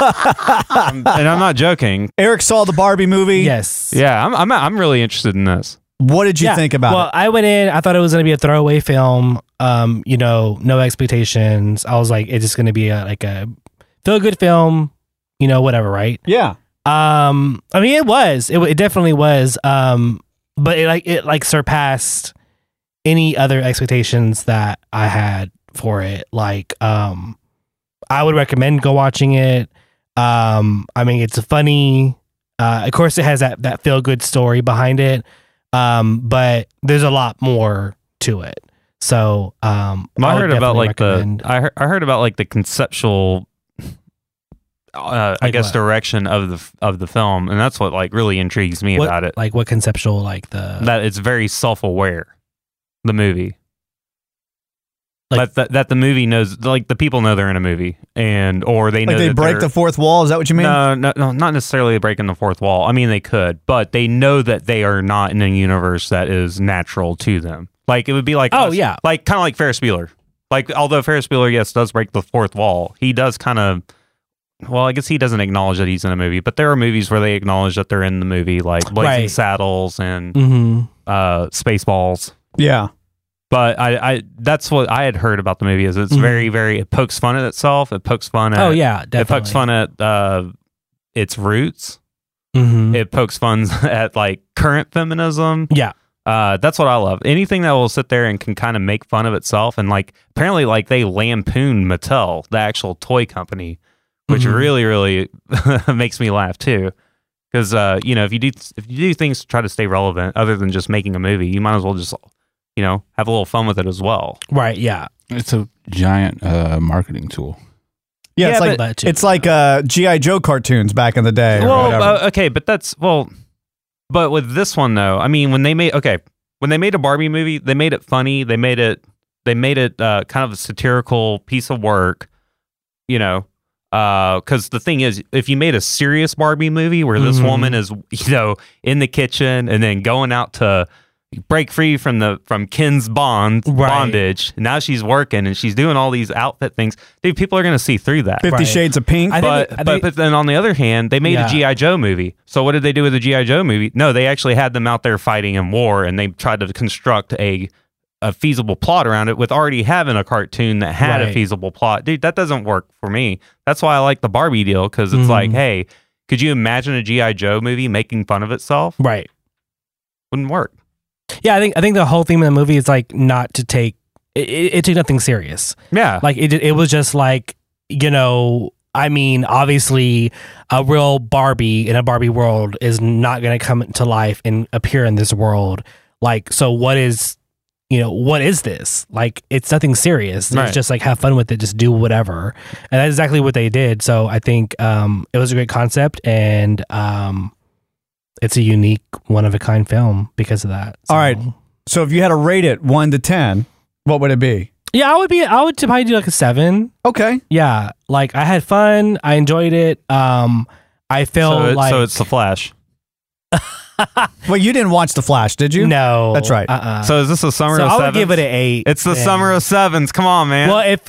G: Um, and I'm not joking.
E: Eric saw the Barbie movie.
H: Yes.
G: Yeah, I'm, I'm I'm really interested in this.
E: What did you
H: Yeah.
E: think about
H: well,
E: it?
H: I went in. I thought it was going to be a throwaway film. Um, you know, no expectations. I was like, it's just going to be a, like a feel good film. You know, whatever, right?
E: Yeah.
H: Um, I mean, it was. It, wa- it definitely was. Um, but it like it like surpassed any other expectations that I had for it. Like, um, I would recommend go watching it. Um, I mean, it's funny. Uh, of course, it has that that feel good story behind it. Um, but there's a lot more to it. So, um,
G: I,
H: would
G: heard about
H: definitely
G: like
H: recommend-
G: the I heard, I heard about like the conceptual uh, I
H: Like
G: guess
H: what?
G: direction of the f- of the film and that's what like really intrigues me
H: what-
G: about it
H: like what conceptual like the
G: that it's very self-aware the movie
H: Like-
G: that, that that the movie knows like the people know they're in a movie and or they know
E: Like they
G: that
E: break
G: they're-
E: the fourth wall. Is that what you mean?
G: no, no, no, not necessarily breaking the fourth wall. I mean, they could, but they know that they are not in a universe that is natural to them. Like it would be like,
H: Oh,
G: us-
H: yeah.
G: like kind of like Ferris Bueller. Like although Ferris Bueller, yes, does break the fourth wall, he does kind of. Well, I guess he doesn't acknowledge that he's in a movie, but there are movies where they acknowledge that they're in the movie, like Blazing
H: Right.
G: Saddles and
H: Mhm.
G: uh, Spaceballs.
E: Yeah.
G: But I, I, that's what I had heard about the movie is it's
H: Mhm.
G: very, very. It pokes fun at itself. It pokes fun at.
H: Oh, yeah,
G: It pokes
H: definitely.
G: fun at uh, its roots.
H: Mhm.
G: It pokes fun [laughs] at like current feminism.
H: yeah.
G: Uh, that's what I love. Anything that will sit there and can kind of make fun of itself and like apparently like they lampoon Mattel, the actual toy company, which
H: Mhm.
G: really really [laughs] makes me laugh too. Because uh, you know if you do if you do things to try to stay relevant other than just making a movie, you might as well just you know have a little fun with it as well.
H: Right. Yeah.
F: It's a giant uh, marketing tool.
E: Yeah, it's
G: Yeah,
E: like
G: but- butt
E: it's like uh, GI Joe cartoons back in the day. or
G: well,
E: whatever.
G: uh, okay, but that's well, but with this one though, I mean, when they made okay, when they made a Barbie movie, they made it funny. They made it, they made it uh, kind of a satirical piece of work, you know. Because the thing is, if you made a serious Barbie movie where this
E: Mm-hmm.
H: Mhm.
G: woman is, you know, in the kitchen and then going out to break free from the from Ken's bond bondage, now she's working and she's doing all these outfit things. Dude, people are gonna see through that.
E: Fifty Shades of Pink.
G: but, but, but then on the other hand, they made
E: Yeah.
G: a G.I. Joe movie. So what did they do with the G.I. Joe movie? No, they actually had them out there fighting in war and they tried to construct a a feasible plot around it with already having a cartoon that had a
H: Right.
G: feasible plot. Dude, that doesn't work for me. That's why I like the Barbie deal because it's like,
H: Mm-hmm.
G: hey, could you imagine a G.I. Joe movie making fun of itself?
H: Right.
G: Wouldn't work.
H: Yeah, I think I think the whole theme of the movie is like not to take it, it, it took nothing serious.
G: Yeah,
H: like it it was just like you know. I mean, obviously, a real Barbie in a Barbie world is not going to come to life and appear in this world. Like, so what is, you know, what is this? Like, it's nothing serious.
G: Right.
H: It's just like have fun with it, just do whatever. And that's exactly what they did. So I think um, it was a great concept, and um, it's a unique, one of a kind film because of that.
E: All right. So if you had to rate it one to ten, what would it be?
H: Yeah, I would be. I would probably do like a seven.
E: Okay.
H: Yeah, like I had fun. I enjoyed it. Um, I feel
G: so, it-
H: like
G: so it's The Flash.
E: Well, you didn't watch The Flash, did you?
H: No.
E: That's right.
H: Uh-uh.
G: So is this a summer
H: So
G: of
H: I would
G: sevens?
H: give it an eight.
G: It's the
H: Yeah.
G: summer of sevens. Come on, man.
H: well, if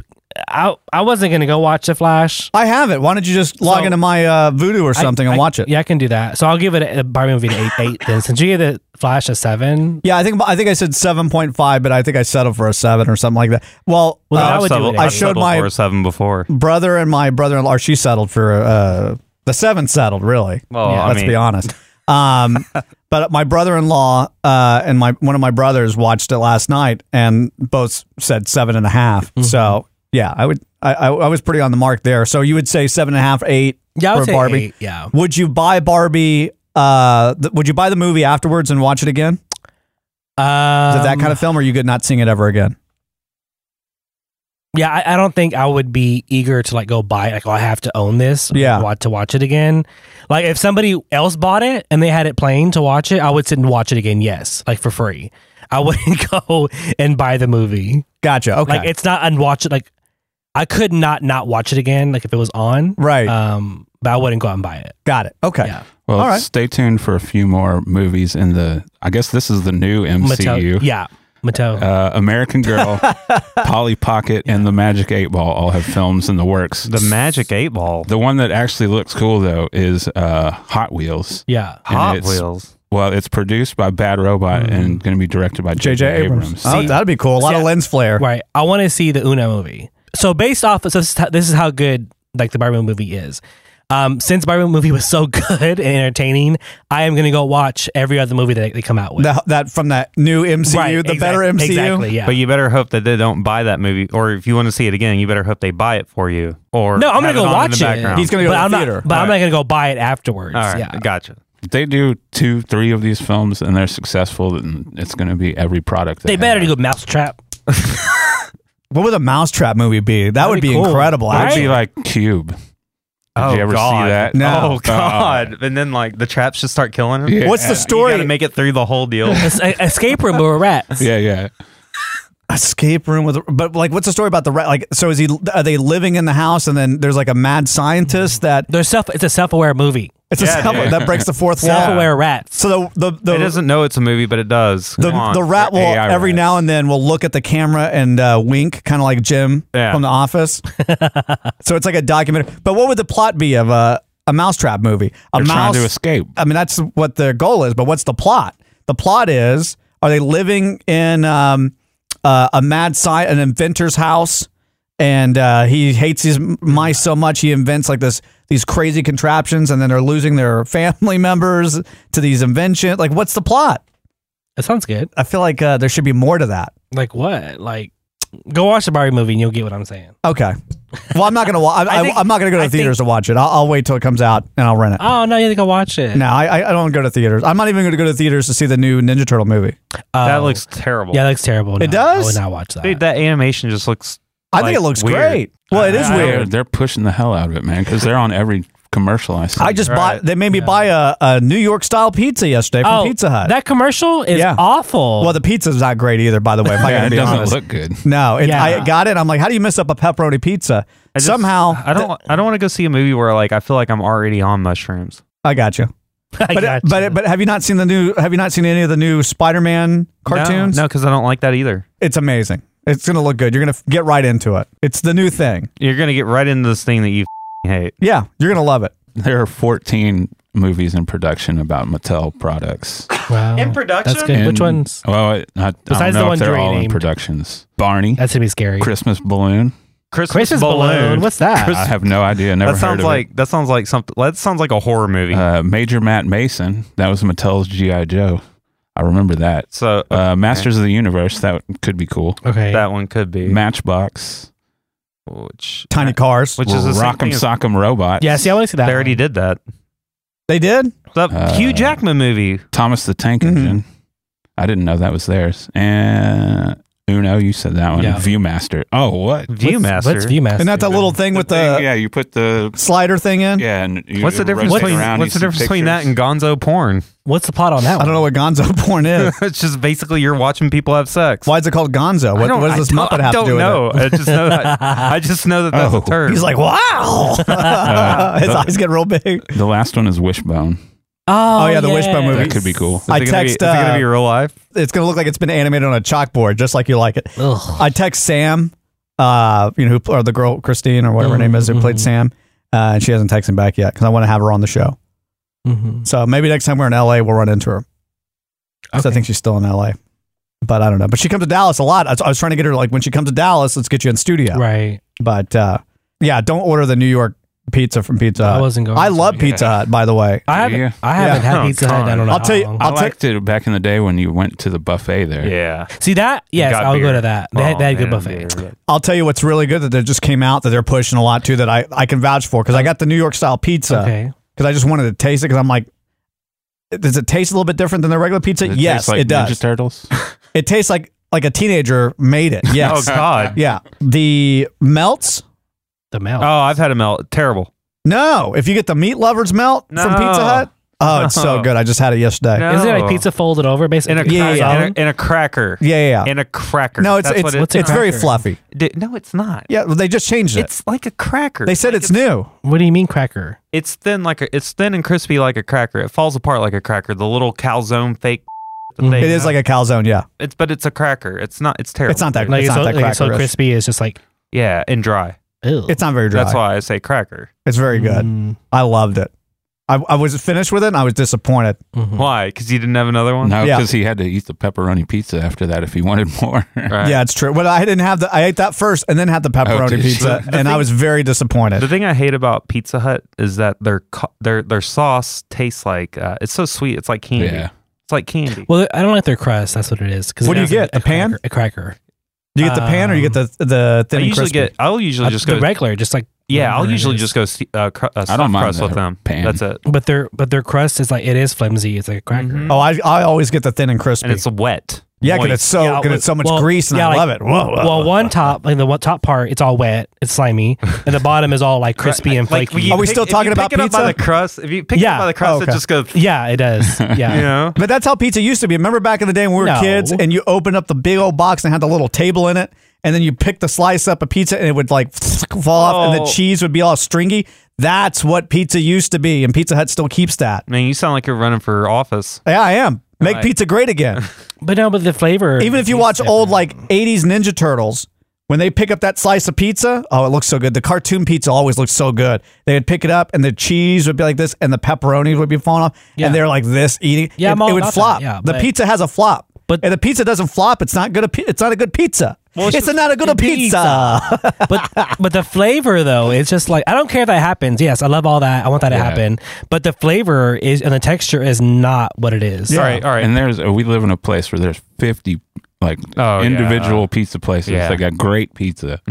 H: I I wasn't gonna go watch the Flash.
E: I have it. Why don't you just log into my uh, Voodoo or something and watch it?
H: Yeah, I can do that. So I'll give it a, a Barbie movie an eight eight. Then since you gave the Flash a seven,
E: Yeah, I think I think I said seven point five, but I think I settled for a seven or something like that. Well,
H: Well, then
E: uh,
H: I would do
G: settled-
H: it.
E: I
G: I've
E: showed
G: settled
E: my
G: for a seven before.
E: brother and my brother-in-law or she settled for uh the seven settled really
H: Oh,
G: Well, I
E: let's
G: mean-
E: be honest
H: [laughs]
E: um but my brother-in-law uh and my one of my brothers watched it last night and both said seven and a half.
H: Mm-hmm.
E: so yeah i would I, I i was pretty on the mark there so you would say seven and a half eight
H: Yeah, I would
E: for
H: say
E: barbie
H: eight, yeah.
E: would you buy barbie uh th- would you buy the movie afterwards and watch it again is it that
H: Um,
E: kind of film or are you good not seeing it ever again
H: Yeah, I, I don't think I would be eager to like go buy it. like oh, I have to own this.
E: Yeah.
H: wa- to watch it again. Like if somebody else bought it and they had it playing to watch it, I would sit and watch it again. Yes, like for free. I [laughs] wouldn't go and buy the movie.
E: Gotcha. Okay.
H: Like it's not unwatch it. Like I could not not watch it again. Like if it was on.
E: Right.
H: Um, but I wouldn't go out and buy it.
E: got it okay
F: Well,
E: All right.
F: stay tuned for a few more movies in the. I guess this is the new
H: Mattel-
F: MCU.
H: Yeah. Mateo.
F: Uh, American Girl, Polly Pocket, and The Magic Eight Ball all have films in the works.
G: The Magic Eight Ball.
F: The one that actually looks cool though is uh, Hot Wheels.
H: Yeah.
F: And
G: Hot
F: it's-
G: Wheels.
F: Well, it's produced by Bad Robot and going to be directed by J.J. Abrams.
E: oh,
H: See-
E: that'd be cool a lot
H: See,
E: of lens flare
H: Right. I want to see the Una movie. So based off of so this is how, this is how good like the Barbie movie is. Um, since Barbie movie was so [laughs] good and entertaining, I am gonna go watch every other movie that they- they come out with.
E: that, that from that new MCU,
H: Right,
E: the
H: exact-
E: better MCU.
H: Exactly. Yeah.
G: But you better hope that they don't buy that movie, or if you want to see it again, you better hope they buy it for you. Or
H: no, I'm gonna
G: have
H: go
G: on in
H: watch
G: the
H: it.
G: background.
E: He's gonna go
H: but
E: to the
H: I'm
E: theater.
H: Not, but I'm
G: All
H: not gonna go buy it afterwards.
G: All right,
H: Yeah.
G: gotcha.
F: If they do two, three of these films and they're successful, then it's going to be every product.
H: They better do Mousetrap.
E: What would a mousetrap movie be? That would be,
H: be cool.
E: incredible.
F: It would
E: Actually.
F: be like Cube. Did
G: Oh
F: you ever
G: God!
F: see that?
E: No.
G: Oh God! and then like the traps just start killing him.
F: Yeah.
E: What's the
G: You
E: story?
G: gotta make it through the
E: [laughs]
G: whole deal.
H: It's a- escape room where rats.
F: Yeah, yeah.
E: Escape room with, but like, what's the story about the rat? Like, so is he? Are they living in the house, and then there's like a mad scientist that
H: They're self. It's a self-aware movie.
E: it's
G: Yeah,
E: a self,
G: dude.
E: that breaks the
H: [laughs]
E: fourth wall.
H: Self-aware rats.
E: So the the
G: it
E: the,
G: doesn't know it's a movie, but it does. Come
E: the,
G: on.
E: the rat will
F: AI
E: every
F: rats.
E: now and then will look at the camera and uh, wink, kind of like Jim
G: Yeah.
E: from The Office. so it's like a documentary. But what would the plot be of a a mousetrap movie? A
F: They're trying
E: mouse
F: to escape.
E: I mean, that's what the goal is, but what's the plot? The plot is: Are they living in um, uh, a mad sci an inventor's house, and uh, he hates his m- mice so much he invents like this these crazy contraptions, and then they're losing their [laughs] family members to these inventions. Like, what's the plot?
H: That sounds good.
E: I feel like uh, there should be more to that.
H: Like what? Like go watch the Barbie movie and you'll get what I'm saying.
E: Okay. Well, I'm not gonna. Wa- I,
H: [laughs] I
E: I
H: think-
E: am not gonna go to
H: I
E: theaters to watch it. I'll, I'll wait till it comes out and I'll rent it.
H: Oh no, you have to go watch it.
E: no, I, I- I don't go to theaters. I'm not even going to go to theaters to see the new Ninja Turtle movie.
H: Oh.
G: that looks terrible.
H: Yeah, it looks terrible.
E: It
H: No, I
E: does?
H: would not watch that.
G: Dude, that animation just looks.
E: I think it looks great. Well, it is
F: I- I-
E: weird.
F: They're pushing the hell out of it, man, because they're on every commercial I see.
E: I just bought. They made me buy a, a New York style pizza yesterday from
F: Oh,
E: Pizza Hut.
H: That commercial is awful.
E: Well, the pizza's not great either. By the way, if I
F: Yeah,
E: gotta
F: it
E: be
F: doesn't
E: honest.
F: look good.
E: No, it,
G: Yeah.
E: I got it. I'm like, how do you mess up a pepperoni pizza? Somehow,
G: I don't. I don't want to go see a movie where like I feel like I'm already on mushrooms.
E: I got you. but, but but have you not seen the new? Have you not seen any of the new Spider-Man cartoons?
G: No, because I don't like that either.
E: it's amazing. It's gonna look good. You're gonna f- get right into it. It's the new thing.
G: You're gonna get right into this thing that you f***ing hate.
E: Yeah, you're gonna love it.
F: There are 14 movies in production about Mattel products.
H: Wow.
G: In production?
H: That's good. Which
F: And-
H: ones?
F: Well, I, I, I don't
H: Besides the
F: know
H: ones
F: if they're
H: you
F: all in
H: named.
F: productions. Barney.
H: That's gonna be scary.
F: Christmas balloon.
G: Christmas,
H: Christmas balloon. What's that?
F: I have no idea. Never
G: that
F: heard
G: sounds
F: of
G: like
F: it.
G: that sounds like something. That sounds like a horror movie.
F: Uh, Major Matt Mason. That was Mattel's GI Joe. I remember that.
G: So
F: uh, Masters of the Universe. That could be cool.
H: Okay.
G: That one could be
F: Matchbox.
G: Which uh,
E: Tiny cars,
G: which is the same
F: Rock'em
G: thing as-
F: Sock'em Robot.
H: Yeah, see, I want to see that.
G: They already did that.
E: They did
G: the Hugh Jackman movie.
F: Thomas the Tank
G: Mm-hmm.
F: Engine. I didn't know that was theirs. And Uno, you said that one.
E: Yeah.
F: Viewmaster. Oh, what
E: What's- what's Viewmaster? Isn't that the little thing with the-
F: yeah? You put the
E: slider thing in.
F: Yeah, and you
G: What's the difference
F: rotate
G: between
F: around, you
G: What's the
F: see
G: difference between that
F: pictures.
G: and Gonzo [laughs] porn?
H: What's the plot on that?
E: I don't know what Gonzo [laughs] porn is.
G: [laughs] it's just basically you're watching people have sex.
E: Why is it called Gonzo?
G: I
E: What,
G: don't-
E: what
G: I
E: does this
G: don't-
E: Muppet
G: I
E: have to
G: don't
E: do
G: know.
E: with it? Oh,
G: I just know that-
E: [laughs]
G: I just know that that's a term.
E: He's like, [laughs] wow. His
F: the-
E: eyes get real big.
F: The last one is Wishbone.
H: Oh,
E: yeah, the Wishbone movie.
F: That could be cool.
E: I text. uh, It's gonna look like it's been animated on a chalkboard, just like you like it. I text Sam, uh, you know, who, or the girl Christine or whatever her name is who played Sam, uh, and she hasn't texted back yet because I want to have her on the show.
H: Mm-hmm.
E: So maybe next time we're in LA, we'll run into her. 'Cause I think she's still in LA, but I don't know. But she comes to Dallas a lot. I was, I was trying to get her like when she comes to Dallas, let's get you in studio,
H: Right.
E: But uh, yeah, don't order the New York pizza from Pizza Hut.
H: wasn't going
E: I
H: to.
E: love Pizza Hut, by the way.
H: I haven't.
F: Yeah.
H: I haven't
E: Yeah.
H: had pizza. Hut. in I don't know.
E: I'll
H: how
E: tell you.
H: long.
F: i liked it back in the day when you went to the buffet there.
G: Yeah.
H: See that? Yes,
F: got
H: I'll
F: beer.
H: go to that. They had, they had
F: Oh,
H: good
F: man,
H: buffet.
E: I'll tell you what's really good that they just came out that they're pushing a lot too that I, I can vouch for because I got the New York style pizza because
H: Okay.
E: I just wanted to taste it because I'm like, does it taste a little bit different than the regular pizza?
F: Does it
E: yes,
F: taste like
E: it does.
F: Ninja
G: [laughs]
F: Turtles.
E: It tastes like like a teenager made it. Yes.
G: Oh, God.
E: Yeah. The melts.
H: The melt.
G: Oh, I've had a melt. Terrible.
E: No, if you get the meat lovers melt from
G: No.
E: Pizza Hut, oh, it's so
G: No.
E: good. I just had it yesterday.
G: No.
H: Isn't it like pizza folded over
G: In
H: basically?
G: a,
E: Yeah,
G: cracker-
E: yeah.
G: in a, in a cracker.
E: Yeah, yeah, yeah.
G: In a cracker.
E: No, it's
G: That's
E: it's
G: what
E: it's,
G: it-
E: very
G: cracker.
E: fluffy.
G: D- no, it's not.
E: Yeah, well, they just changed it.
G: It's like a cracker.
E: they said
G: Like,
E: it's, new.
H: What do you mean cracker?
G: It's thin like a, it's thin and crispy like a cracker. It falls apart like a cracker. The little calzone fake. that they
E: It is
H: Mm-hmm.
G: have.
E: like a calzone. Yeah.
G: It's but it's a cracker. It's not. It's terrible.
E: It's not that-
G: dude.
H: Like it's,
E: not
H: so,
E: that
H: like it's so
E: cracker-ish.
H: crispy. It's just like
G: Yeah, and dry.
H: ew.
E: It's not very dry.
G: That's why I say cracker.
E: It's very good.
H: mm.
E: I loved it. I, I was finished with it and I was disappointed.
G: Why? Because you didn't have another one.
F: No,
E: Yeah.
F: because he had to eat the pepperoni pizza after that if he wanted more.
G: Right.
E: Yeah, it's true. Well, I didn't have the I ate that first and then had the pepperoni
G: [laughs]
F: did you?
E: pizza
G: The
E: and I
G: thing-
E: was very disappointed.
G: The thing I hate about Pizza Hut is that their co- their their sauce tastes like uh, it's so sweet. It's like candy.
F: Yeah.
G: It's like candy.
H: Well, I don't like their crust. That's what it is. 'cause
E: What do
H: it
E: you
H: has, like,
E: get? A pan?
H: cracker- A cracker.
E: Do you get the pan or you get the the
G: I
E: thin and
G: usually
E: crispy?
G: get. I'll usually
H: Uh,
G: just
H: the
G: go.
H: regular, just like
G: yeah, I'll
H: whatever it
G: usually
H: is.
G: just go st- uh, cr- uh,
F: I
G: stuffed
F: don't mind
G: crust with
F: the
G: them.
F: pan.
G: That's it.
H: But their but their crust is like it is flimsy. It's like a cracker.
E: oh, I, I always get the thin and crispy.
G: And it's wet.
E: yeah, because
G: Moist.
E: it's so
H: Yeah,
E: 'cause it's so much
H: well,
E: grease and
H: yeah,
E: I
H: like-
E: love it. Whoa, whoa.
H: Well, one top, like the one top part, it's all wet, it's
E: [laughs]
H: slimy, and the bottom is all like crispy and
G: Like,
H: flaky.
G: you
E: Are we
G: pick-
E: still
G: if
E: talking
G: you
E: about
G: pick It up by
E: pizza?
G: the crust. If you pick it
H: Yeah.
G: up by the crust,
E: Oh, okay.
G: it just goes.
H: yeah,
E: [laughs]
H: it does. Yeah.
G: You know.
E: But that's how pizza used to be. Remember back in the day when we were
H: No.
E: kids and you opened up the big old box and had the little table in it and then you picked the slice up of pizza and it would like [sniffs] fall off and
G: Oh.
E: the cheese would be all stringy. That's what pizza used to be and Pizza Hut still keeps that.
G: Man, you sound like you're running for office.
E: Yeah, I am. Make
G: Right.
E: pizza great
H: [laughs]
E: again.
H: But no, but the flavor.
E: Even if you watch old like 80s Ninja Turtles, when they pick up that slice of pizza, oh, it looks so good. The cartoon pizza always looks so good. They would pick it up and the cheese would be like this and the pepperoni would be falling off
H: Yeah.
E: and they're like this eating.
H: Yeah,
E: it,
H: I'm all
E: it would
H: about
E: flop.
H: that, yeah,
E: the
H: but-
E: pizza has a flop. But
H: But-
E: and the pizza doesn't flop. It's not good. A, pi- it's not a good pizza.
G: Well,
E: it's
G: it's just
E: not a good a pizza. [laughs]
H: but but the flavor though, it's just like I don't care if that happens. Yes, I love all that. I want that to
F: Yeah.
H: happen. But the flavor is and the texture is not what it is.
G: All right, all right.
F: [laughs] And there's we live in a place where there's 50 like
G: Oh, yeah.
F: individual pizza places
G: Yeah. Mm.
F: that got great pizza.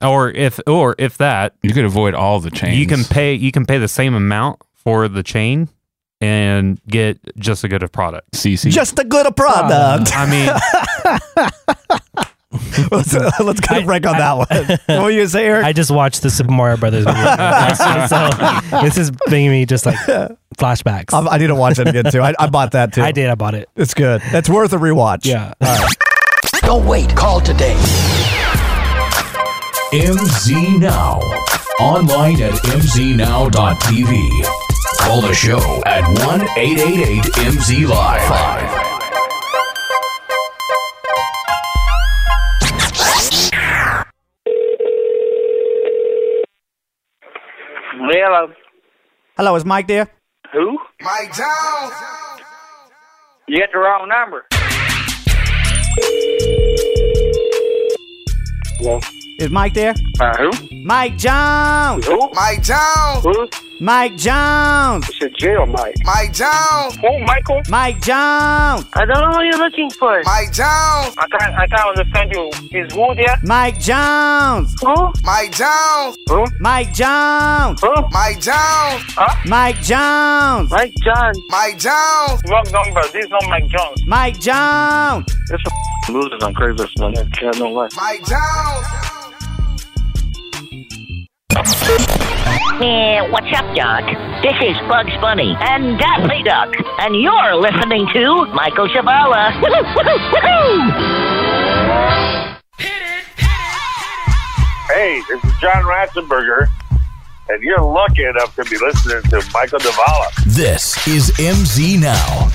G: Or if or if that,
F: You could avoid all the chains.
G: you can pay you can pay the same amount for the chain and get just a good of product.
F: CC.
E: Just a good a product.
G: I mean,
E: [laughs] let's, let's go to break on
H: [laughs]
E: that one. what were you gonna say, Eric?
H: I just watched the Super Mario
E: [laughs]
H: Brothers movie. so this is bringing me just like flashbacks.
E: I, I need to watch that again too. I, I bought that too.
H: [laughs] I did. I bought it.
E: It's good. It's worth a rewatch.
H: Yeah.
A: Don't wait. Call today. MZ Now. Online at mznow.tv. Call the show at 1 888 MZ Live.
C: Hello.
E: Hello, is Mike there?
C: Who? Mike Jones. You got the wrong number.
E: Is Mike there?
C: Uh, who?
E: Mike Jones.
C: Who?
E: Mike Jones.
C: Who?
E: Mike Jones.
C: It's a jail, Mike.
D: Mike Jones.
C: Who, Michael?
E: Mike Jones.
C: I don't know what you're looking for.
D: Mike Jones.
C: I can't, I can't understand you. Is who there?
E: Mike Jones.
C: Who?
D: Mike Jones.
C: Who?
E: Mike Jones.
C: Who?
D: Mike Jones.
C: Huh?
E: Mike Jones.
C: Mike John.
D: Mike Jones.
C: Wrong number. This is not Mike Jones.
E: Mike Jones.
C: It's a loser on Craigslist, man. I can't know why.
D: Mike Jones.
L: Eh, what's up, Doc? This is Bugs Bunny and Daffy Duck, and you're listening to Michael Zavala. Woohoo, woohoo, woohoo!
B: Hey, this is John Ratzenberger, and you're lucky enough to be listening to Michael Davala.
A: This is MZ Now.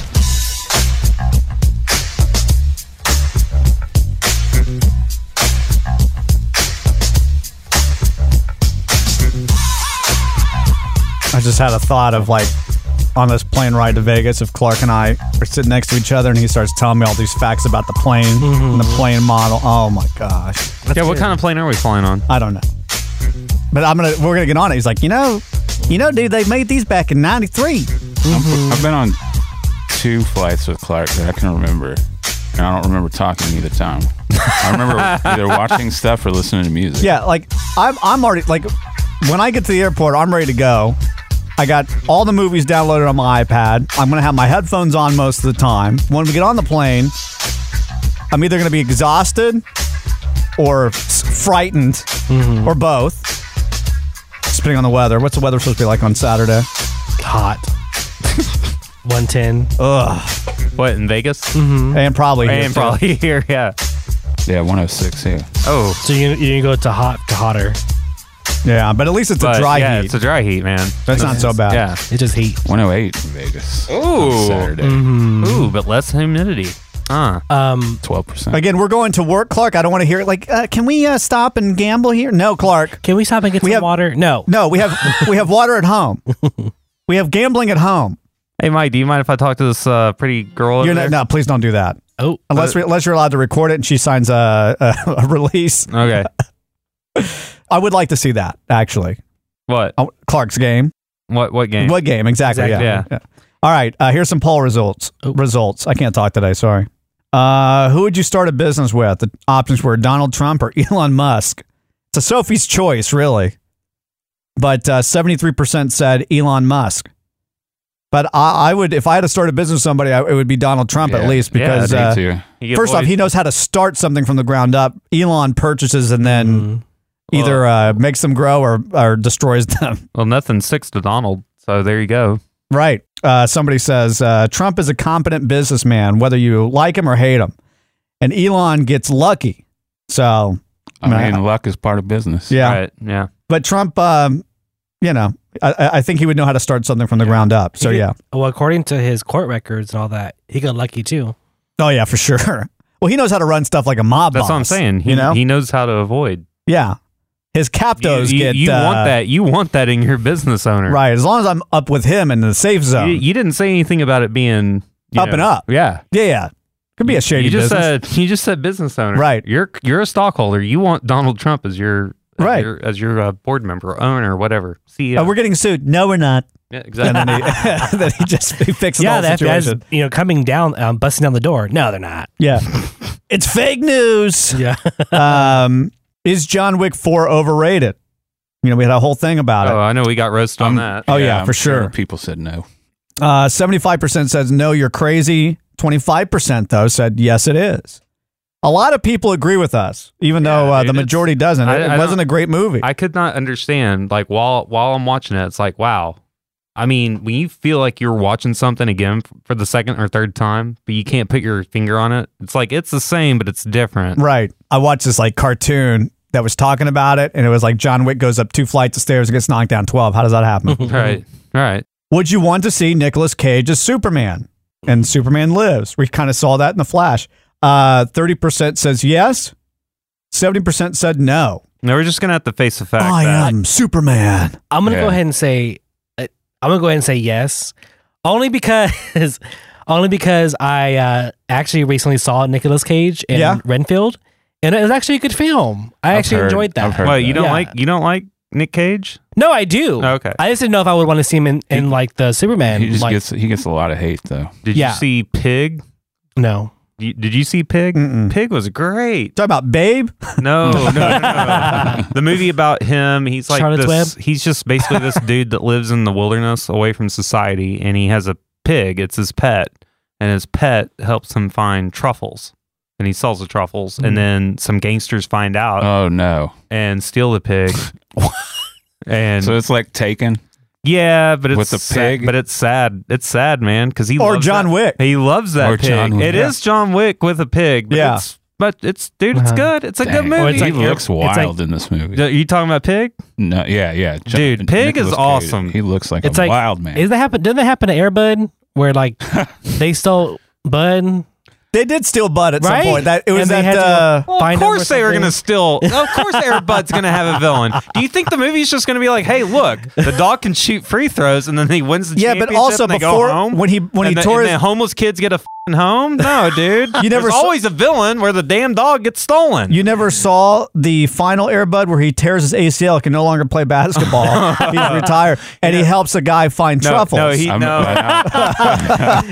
E: I just had a thought of like on this plane ride to Vegas, if Clark and I are sitting next to each other and he starts telling me all these facts about the plane and the plane model. Oh my gosh.
G: Mm-hmm. yeah, what kind of plane are we flying on?
E: I don't know. But I'm gonna we're gonna get on it. He's like, you know, you know, dude, they made these back in '93.
F: I've been on two flights with Clark that I can remember, and I don't remember talking either time. I remember either watching stuff or listening to music.
E: Yeah, like I'm I'm already like when I get to the airport, I'm ready to go. I got all the movies downloaded on my iPad. I'm gonna have my headphones on most of the time. When we get on the plane, I'm either gonna be exhausted or s- frightened
G: Mm-hmm.
E: or both. Depending on the weather. What's the weather supposed to be like on Saturday? Hot.
H: 110.
E: Oh. Ugh.
G: What, in Vegas?
H: Mm-hmm.
E: And probably here,
G: And
E: too.
G: probably here, yeah.
F: Yeah, 106. Yeah.
G: Oh.
H: So you you go to hot to hotter.
E: [laughs] Yeah, but at least it's
G: But,
E: a dry
G: yeah,
E: heat. Ah.
G: it's a dry heat, man.
E: That's not so bad.
G: Yeah.
H: It's just heat.
F: 108 in Vegas.
G: Ooh.
F: Saturday.
G: Ooh, but less humidity. Ah.
H: Um,
F: 12%.
E: Again, we're going to work, Clark. I don't want to hear it. Like, uh, can we uh, stop and gamble here? No, Clark.
H: Can we stop and get
E: We
H: some
E: have-
H: water? No.
E: No, we have we have water at home. We have gambling at home.
G: Hey, Mike, do you mind if I talk to this uh, pretty girl? over
E: You're
G: there? uh,
E: not, no, please don't do that.
H: Oh,
E: Unless we, unless you're allowed to record it and she signs a, a, a release.
G: Okay.
E: I would like to see that actually.
G: What?
E: Oh, Clark's game.
G: What? What game?
E: What game exactly?
G: Exactly.
E: Yeah. yeah. All right. Uh, here's some poll results. Results. I can't talk today. Sorry. Uh, who would you start a business with? The options were Donald Trump or [laughs] Elon Musk. It's a Sophie's choice, really. But uh, 73% said Elon Musk. But I, I would, if I had to start a business with somebody, I, it would be Donald Trump at
F: Yeah.
E: least
G: Yeah,
E: because
F: Me
E: uh,
F: too.
G: You get
E: first off,
G: boys-
E: he knows how to start something from the ground up. Elon purchases and then
H: Mm,
E: either uh, makes them grow or, or destroys them.
G: Well, nothing sticks to Donald. So there you go.
E: Right. Uh, somebody says uh, Trump is a competent businessman, whether you like him or hate him. And Elon gets lucky. So,
F: I mean, luck is part of business.
E: yeah.
G: Right. Yeah.
E: But Trump, um, you know, I- I, I think he would know how to start something from the ground up. So,
H: He-
E: yeah.
H: Well, according to his court records and all that, he got lucky too.
E: Oh, yeah, for sure. [laughs] Well, he knows how to run stuff like a mob.
G: That's what I'm
E: boss,
G: saying. He,
E: you know?
G: he knows how to avoid.
E: yeah. His captos
G: you, you-
E: get.
G: you
E: uh,
G: want that. You want that in your business owner.
E: Right. As long as I'm up with him in the safe
G: You,
E: zone.
G: you didn't say anything about it being you
E: Up
G: know-
E: and up.
G: Yeah.
E: yeah, yeah. Could be a shady
G: you just
E: business.
G: said you just said business owner.
E: Right.
G: You're you're a stockholder. You want Donald Trump as your as
E: Right.
G: your, as your uh, board member, owner, whatever. CEO.
E: Uh, we're getting sued. No, we're
G: [laughs]
E: not.
G: yeah,
E: And then
G: exactly.
E: he, [laughs] then he just [laughs] he fixes
H: yeah,
E: the whole
H: the FBI's
E: situation.
H: you know coming down, um, busting down the door. No, they're not.
E: Yeah. [laughs] it's fake news.
H: Yeah.
E: [laughs] Um, is John Wick 4 overrated? You know, we had a whole thing about
G: oh,
E: it.
G: I know we got roasted on that.
E: Oh, yeah,
F: I'm
E: for sure.
F: People said no.
G: Oh.
E: Uh, 75% says, no, you're crazy. 25% though said, yes, it is. A lot of people agree with us, even though uh, the majority doesn't.
G: I-
E: it
G: I
E: wasn't
G: don't-
E: a great movie.
G: I could not understand. Like while while I'm watching it, it's like wow. I mean, when you feel like you're watching something again f- for the second or third time, but you can't put your finger on it, it's like it's the same, but it's different.
E: Right. I watched this like cartoon that was talking about it, and it was like John Wick goes up two flights of stairs and gets knocked down twelve. How does that happen?
G: right. All right.
E: Would you want to see Nicolas Cage as Superman? And Superman lives. We kind of saw that in the Flash. Uh, Thirty percent says yes. Seventy percent said no.
G: Now we're just gonna have to face the fact.
H: Oh,
E: I
G: that
E: am Superman.
H: I'm gonna go
G: Yeah.
H: ahead and say, uh, I'm gonna go ahead and say yes, only because, [laughs] only because I uh, actually recently saw Nicolas Cage in
G: Yeah.
H: Renfield, and it was actually a good film. I
G: I've
H: actually
G: heard-
H: enjoyed that.
G: I've heard Wait, you don't
H: Yeah.
G: like you don't like Nick Cage?
H: No, I do.
G: Okay.
H: I just didn't know if I would want to see him in, in like the Superman.
F: He just
H: like,
F: gets he gets a lot of hate though.
G: Did
H: Yeah.
G: you see Pig?
H: No.
G: You, did you see Pig? Pig was
H: [laughs]
G: great.
E: Talk about Babe.
G: No, no, no, no. the movie about him. He's like
H: Charlotte's
G: this.
H: Web?
G: He's just basically
H: [laughs]
G: this dude that lives in the wilderness, away from society, and he has a pig. It's his pet, and his pet helps him find truffles, and he sells the truffles,
F: Mm.
G: and then some gangsters find out.
F: Oh no!
G: And steal the
H: [laughs]
G: pig. and
F: so it's like Taken.
G: Yeah, but it's
F: With the
G: sad-
F: pig?
G: but it's sad. It's sad, man, because he
E: Or
G: loves
E: John
G: that-
E: Wick.
G: He loves that
F: Or
G: pig. It
F: John
G: is
F: Wick. Yeah.
G: John Wick with a pig. But
F: Yeah.
G: it's, but it's dude, it's
F: Uh-huh.
G: good. It's a good
F: Dang.
G: movie.
F: Or it's like- He looks it's like- wild in this movie.
G: Are you talking about pig?
F: No, yeah, yeah.
G: Dude, Pig is
F: Nicolas Cage,
G: awesome.
F: He looks like
H: it's
F: a
H: like
F: wild man.
H: Is that happen? Did that happen to Airbud? Where like they stole Bud?
E: They did steal Bud at some
H: right?
E: point. That- it was
H: and they
E: that,
H: had to,
E: uh,
H: like, find
G: of
H: him or
G: course they were gonna
H: something?
G: steal. [laughs] Of course, Airbud's gonna have a villain. Do you think the movie's just gonna be like, "Hey, look, the dog can shoot free throws, and then he wins the
E: Yeah, but
G: championship"?
E: also
G: and they
E: before-
G: go home?
E: when he- when
G: and
E: he
G: the,
E: tore
G: and
E: his-
G: the homeless kids get a fing home.
E: [laughs]
G: No, dude,
E: You never
G: There's
E: saw-
G: always a villain where the damn dog gets stolen.
E: You never saw the final Airbud where he tears his ACL, can no longer play
G: [laughs]
E: basketball. He's retired, and he helps a guy find
G: No,
E: truffles.
G: no, he- I'm- no.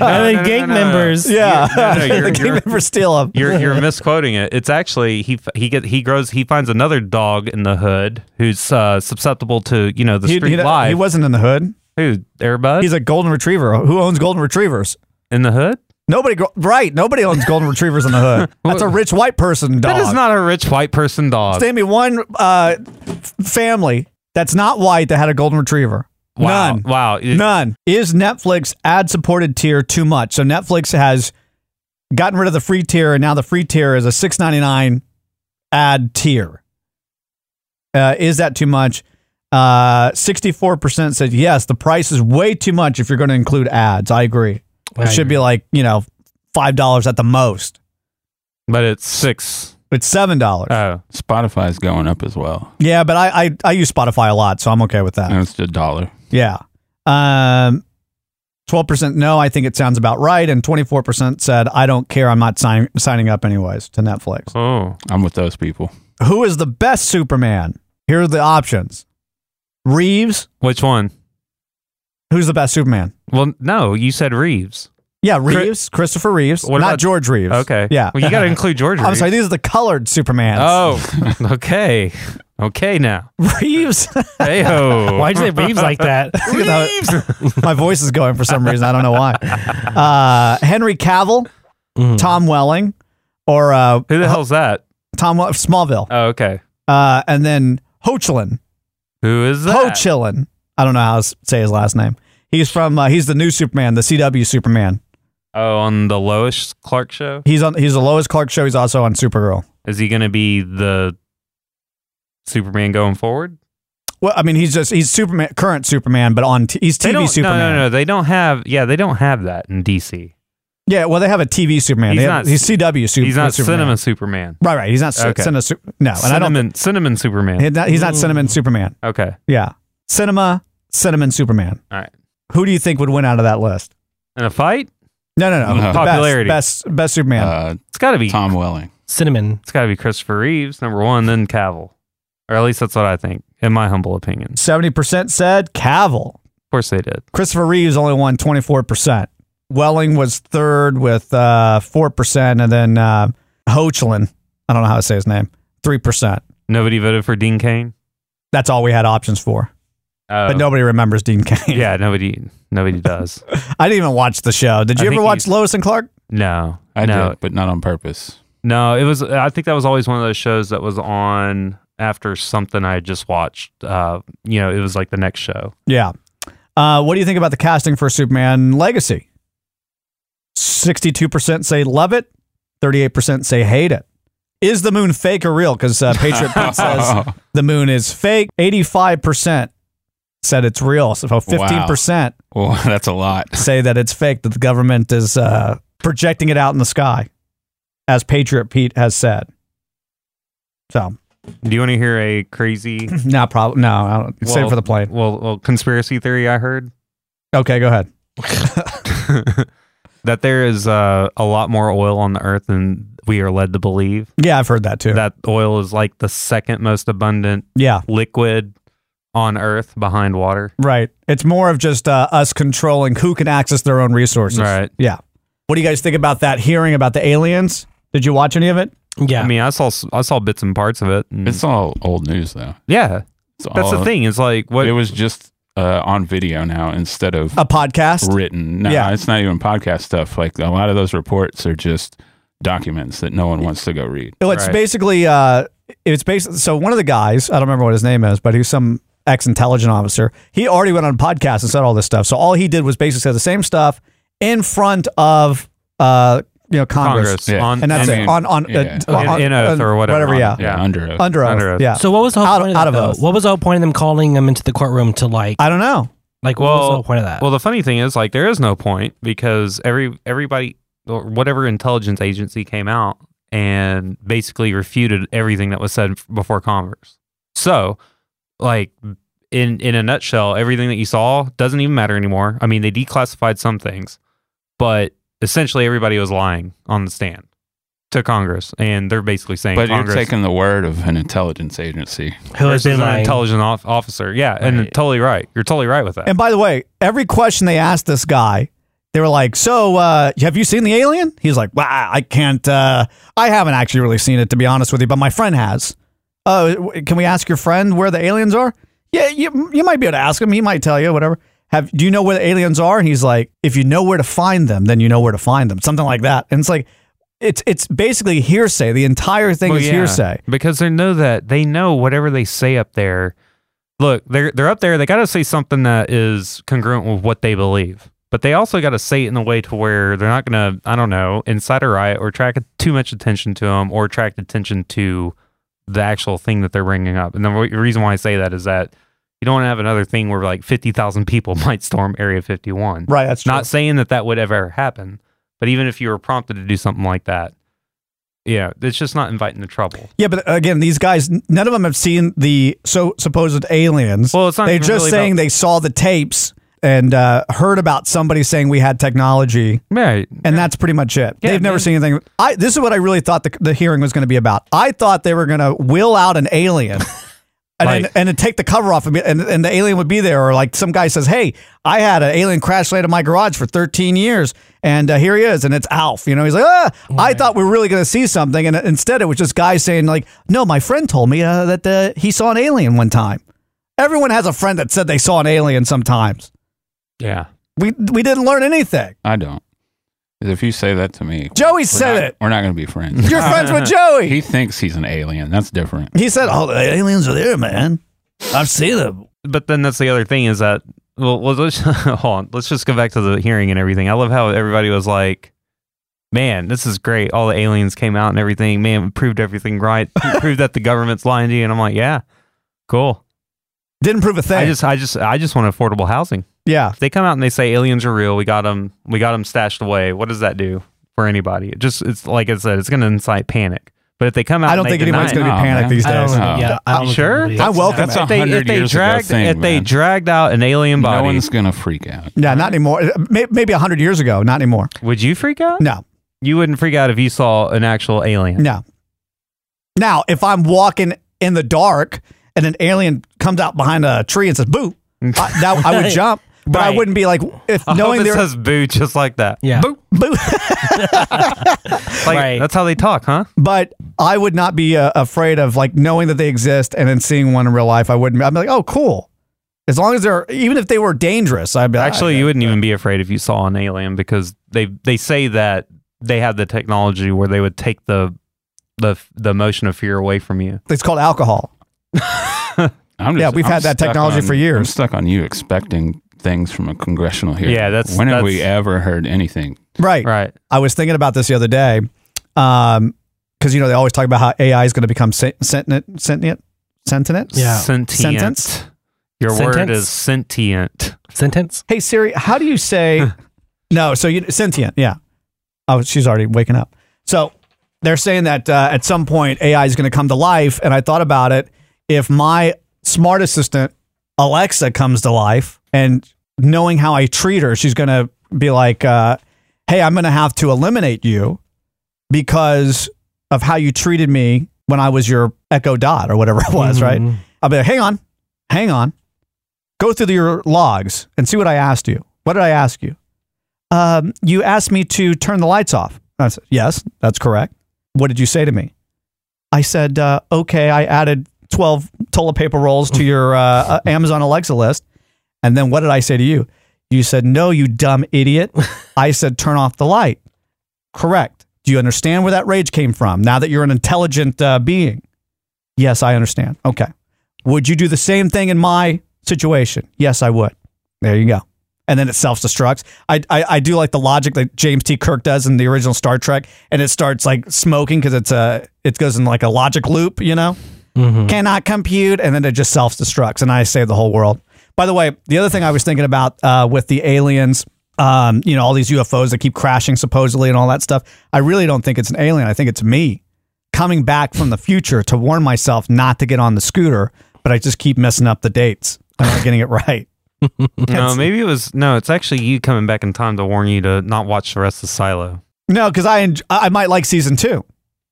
E: [laughs]
H: Are they gang members?
E: Yeah, [laughs]
G: No, no, you're-
E: the gang
G: you're-
E: members steal him.
G: You're
E: [laughs]
G: you're misquoting it. It's actually he f- he get he grows he finds another dog in the hood who's uh, susceptible to you know the
E: He-
G: street
E: he,
G: life.
E: he wasn't in the hood.
G: Who? Airbud?
E: He's a golden retriever. Who owns golden retrievers?
G: In the hood?
E: Nobody. Go- right. Nobody owns golden retrievers in the
G: [laughs]
E: hood. That's a rich white person dog.
G: That is not a rich white person dog.
E: Name me one uh, f- family that's not white that had a golden retriever.
G: Wow.
E: None.
G: Wow.
E: None. Is Netflix ad supported tier too much? So Netflix has gotten rid of the free tier and now the free tier is a six ninety nine ad tier. Uh, is that too much? Sixty four percent said yes. The price is way too much if you're going to include ads. I agree.
H: I
E: it should be like you know five dollars at the most.
G: But it's six.
E: It's seven dollars.
G: Oh,
F: Spotify's going up as well.
E: Yeah, but I, I I use Spotify a lot, so I'm okay with that.
F: And it's a dollar.
E: Yeah. Um, 12% no, I think it sounds about right. And 24% said, I don't care. I'm not sign- signing up anyways to Netflix.
G: Oh,
F: I'm with those people.
E: Who is the best Superman? Here are the options Reeves.
G: Which one?
E: Who's the best Superman?
G: Well, no, you said Reeves.
E: Yeah, Reeves, Christopher Reeves,
G: What
E: not
G: about-
E: George Reeves.
G: Okay.
E: Yeah.
G: Well, you got to include
E: [laughs]
G: George.
E: I'm
G: Reeves.
E: sorry, these are the colored Supermans.
G: Oh, okay, okay now.
E: [laughs] Reeves. [laughs]
G: Heyo.
H: Why'd you say Reeves like that?
E: Reeves. My voice is going for some reason. I don't know why. Uh, Henry Cavill, Tom Welling, or uh,
G: [laughs] who the hell's that?
E: Tom Wel- Smallville,
G: Oh, okay.
E: uh, and then Hoechlin.
G: Who is that?
E: Hoechlin. I don't know how to s- say his last name. He's from. Uh, he's the new Superman, the CW Superman.
G: Oh, on the Lois Clark show.
E: He's on. He's the Lois Clark show. He's also on Supergirl.
G: Is he going to be the Superman going forward?
E: Well, I mean, he's just he's Superman, current Superman, but on t- he's
G: They
E: TV
G: don't-
E: Superman.
G: No, no, no. They don't have. Yeah, they don't have that in DC.
E: Yeah, well, they have a TV Superman.
G: He's
E: They have-
G: not-
E: he's CW Superman.
G: He's not
E: uh, Superman.
G: Cinema Superman.
E: Right, right. He's not okay.
G: Okay.
E: cinema. Su- no, and I don't.
G: cinnamon, cinnamon Superman.
E: He's not, he's not cinnamon Superman.
G: Okay.
E: Yeah, cinema, cinnamon Superman.
G: All right.
E: Who do you think would win out of that list?
G: In a fight,
E: No, no, no.
G: No.
E: The best-
G: Popularity.
E: Best, best, Superman.
F: Uh,
G: it's got to be.
F: Tom Welling.
H: [laughs] Cinnamon.
G: It's got to be Christopher Reeves number one, then Cavill, or at least that's what I think, in my humble opinion. Of
E: Seventy percent said Cavill.
G: course they did.
E: Christopher Reeves only won 24%. Welling was third with uh, 4%, and then uh, Hoechlin, I don't know how to say his name, 3%.
G: Nobody voted for Dean Kane.
E: That's all we had options for.
G: Oh.
E: But nobody remembers Dean Cain. [laughs]
G: Yeah, nobody. Nobody does.
E: I didn't even watch the show. Did
G: I
E: you ever
G: think
E: watch
G: he's-
E: Lois and Clark?
G: No,
F: I
G: no. [laughs]
F: did, but not on purpose.
G: No, it was. I think that was always one of those shows that was on after something I had just watched. Uh, you know, it was like the next show.
E: Yeah. Uh, what do you think about the casting for Superman Legacy? 62% say love it, 38% say hate it. Is the moon fake or real? Because uh, Patriot
G: [laughs]
E: Pete says the moon is fake. 85% said it's real. So 15%
F: [laughs] Well, [laughs] that's a lot.
E: say that it's fake, that the government is uh, projecting it out in the sky, as Patriot Pete has said. So,
G: Do you want to hear a crazy?
E: no, problem. No, I don't, save it
G: well,
E: for the plane.
G: Well, well, conspiracy theory I heard [laughs]
E: Okay, go ahead.
G: that there is uh, a lot more oil on the earth than we are led to believe.
E: Yeah, I've heard that too.
G: That oil is like the second most abundant
E: Yeah.
G: liquid on earth behind water.
E: Right. It's more of just uh, us controlling who can access their own resources.
G: Right.
E: Yeah. What do you guys think about that hearing about the aliens? Did you watch any of it?
H: Yeah.
G: I mean, I saw I saw bits and parts of it. and-
F: It's
E: Mm.
F: all old news though.
G: yeah.
F: It's
G: That's the
F: all-
G: thing. It's like what
F: It was just uh, on video now instead of
E: A podcast?
F: written. No,
E: Oh, Yeah.
F: it's not even podcast stuff. Like a lot of those reports are just documents that no one wants to go read.
E: Well, It's basically uh, it's basically so one of the guys I don't remember what his name is, but he's some ex intelligence officer. He already went on a podcast and said all this stuff. So all he did was basically say the same stuff in front of uh, you know Congress,
G: Congress, Yeah. on-
E: and that's
G: and-
E: it on on,
F: yeah.
E: uh, on-
G: In- in oath or whatever.
E: yeah.
F: Yeah, under oath.
E: Under oath,
G: Under oath.
E: yeah.
H: So what was the whole
E: Out-
H: point of
E: out
H: that,
E: of
H: though?
E: oath.
H: What was the whole point of them calling them into the courtroom to like
E: I don't know.
H: like what was the whole point of that?
G: Well, the funny thing is, like, there is no point because every everybody or whatever intelligence agency came out and basically refuted everything that was said f- before Congress. So, like, in in a nutshell, everything that you saw doesn't even matter anymore. I mean, they declassified some things, but essentially everybody was lying on the stand to Congress, and they're basically saying
F: But
G: Congress.
F: you're taking the word of an intelligence agency.
H: Who has
G: versus
H: been
G: an
H: like
G: intelligent off- officer, yeah, and totally right. You're totally right with that.
E: And by the way, every question they asked this guy, they were like, "So, uh, have you seen the alien?" He's like, "Well, I I can't. Uh, I haven't actually really seen it, to be honest with you, but my friend has." Oh, w- can we ask your friend where the aliens are? Yeah, you you might be able to ask him. He might tell you whatever. Have do you know where the aliens are? And he's like, "If you know where to find them, then you know where to find them." Something like that. And it's like, it's it's basically hearsay. The entire thing
G: Well,
E: is
G: yeah,
E: hearsay.
G: because they know that they know whatever they say up there. Look, they're they're up there. They got to say something that is congruent with what they believe, but they also got to say it in a way to where they're not going to, I don't know, incite a riot or attract too much attention to them or attract attention to the actual thing that they're bringing up. And the re- reason why I say that is that you don't want to have another thing where like fifty thousand people [laughs] might storm Area Fifty One.
E: Right. That's true.
G: Not saying that that would ever happen, but even if you were prompted to do something like that, yeah, it's just not inviting the trouble.
E: Yeah, but again, these guys, n- none of them have seen the so supposed aliens.
G: Well, it's not
E: They're
G: even
E: just
G: really
E: saying
G: about-
E: they saw the tapes and uh, heard about somebody saying we had technology,
G: Right.
E: and that's pretty much it.
G: Yeah,
E: They've never
G: man.
E: seen anything. I this is what I really thought the, the hearing was going to be about. I thought they were going to will out an
G: [laughs]
E: alien. And,
G: Like-
E: and, and take the cover off, and, be- and and the alien would be there, or like some guy says, "Hey, I had an alien crash land in my garage for 13 years, and uh, here he is, and it's Alf." You know, he's like, "Ah,
G: Oh,
E: I thought we were really going to see something," and uh, instead it was just guys saying, "Like, no, my friend told me uh, that uh, he saw an alien one time." Everyone has a friend that said they saw an alien sometimes.
G: Yeah.
E: We we didn't learn anything.
F: I don't. If you say that to me,
E: Joey
F: we're
E: said
F: not-
E: it.
F: We're not going to be friends. [laughs]
E: You're friends with Joey.
F: he thinks he's an alien. That's different.
E: He said, "Oh, the aliens are there, man. I've seen them."
G: But then that's the other thing is that well, well let's [laughs] hold on. Let's just go back to the hearing and everything. I love how everybody was like, "Man, this is great! All the aliens came out and everything. Man, we proved
E: [laughs]
G: everything right. We proved that the government's lying to you." And I'm like, "Yeah, cool.
E: Didn't prove a thing.
G: I just, I just, I just want affordable housing."
E: yeah,
G: If they come out and they say aliens are real, we got them, we got them stashed away. What does that do for anybody? It just, it's like I said, it's going to incite panic. But if they come out,
E: I don't think anyone's going to be
F: Nah,
E: panicked
F: man.
E: these
H: I don't
E: days.
H: know.
F: Oh.
H: yeah, I
E: You
H: don't
G: sure?
H: really-
E: I welcome
F: That's
E: it.
F: a
G: If they, if
F: hundred
G: they
F: years ago
G: dragged
F: thing,
G: if they
F: man.
G: dragged out an alien
F: No
G: body,
F: one's going to freak out.
E: Yeah, not anymore. May- Maybe a hundred years ago, not anymore.
G: would you freak out?
E: No,
G: You wouldn't freak out if you saw an actual alien.
E: no. Now, if I'm walking in the dark and an alien comes out behind a tree and says "boo," I, that I would jump, but I
H: Right.
E: wouldn't be like if
G: I
E: knowing
G: hope it
E: there.
G: says boo just like that.
H: Yeah.
G: Boo.
E: Boo.
G: Like,
H: Right.
G: That's how they talk, huh?
E: but I would not be uh, afraid of like knowing that they exist and then seeing one in real life. I wouldn't. be- I'd be like, oh, cool. As long as they're, even if they were dangerous, I'd be
G: Actually,
E: I-
G: you wouldn't even be afraid if you saw an alien because they they say that they have the technology where they would take the the the emotion of fear away from you.
E: It's called alcohol.
F: I'm
E: Yeah, we've had that
F: stuck
E: technology
F: on-
E: for years.
F: I'm stuck on you expecting things from a congressional hearing.
E: Yeah, that's-
F: when have
E: that's-
F: we ever heard anything?
E: Right.
G: Right.
E: I was thinking about this the other day. Um, because you know they always talk about how AI is going to become sen- sentient, sentient, sentient,
G: Sentient.
E: sentence.
G: Your word is sentient.
H: sentence.
E: Hey Siri, how do you say no? So you sentient, yeah. Oh, she's already waking up. So they're saying that uh, at some point AI is going to come to life, and I thought about it. If my smart assistant Alexa comes to life, and knowing how I treat her, she's going to be like, uh, "Hey, I'm going to have to eliminate you because of how you treated me when I was your Echo Dot or whatever it
H: Mm-hmm,
E: was."
H: Mm.
E: Right? I'll be like, "Hang on, hang on." go through your logs and see what I asked you. What did I ask you? Um, you asked me to turn the lights off. I said, yes, that's correct. What did you say to me? I said, uh, okay, I added 12 toilet paper rolls to your uh, uh, Amazon Alexa list. And then what did I say to you? You said, no, you dumb idiot. I said, turn off the light. Correct. Do you understand where that rage came from now that you're an intelligent uh, being? Yes, I understand. Okay. Would you do the same thing in my situation? Yes, I would. There you go. And then it self destructs. I, I I do like the logic that James T. Kirk does in the original Star Trek, and it starts like smoking because it's a it goes in like a logic loop, you know. Cannot compute, and then it just self destructs, and I save the whole world. By the way, the other thing I was thinking about uh, with the aliens, um, you know, all these UFOs that keep crashing supposedly and all that stuff. I really don't think it's an alien. I think it's me coming back from the future to warn myself not to get on the scooter, but I just keep messing up the dates. I'm not getting it [laughs] right.
G: No, maybe it was no. It's actually you coming back in time to warn you to not watch the rest of Silo.
E: No, because I enj- I I might like season two,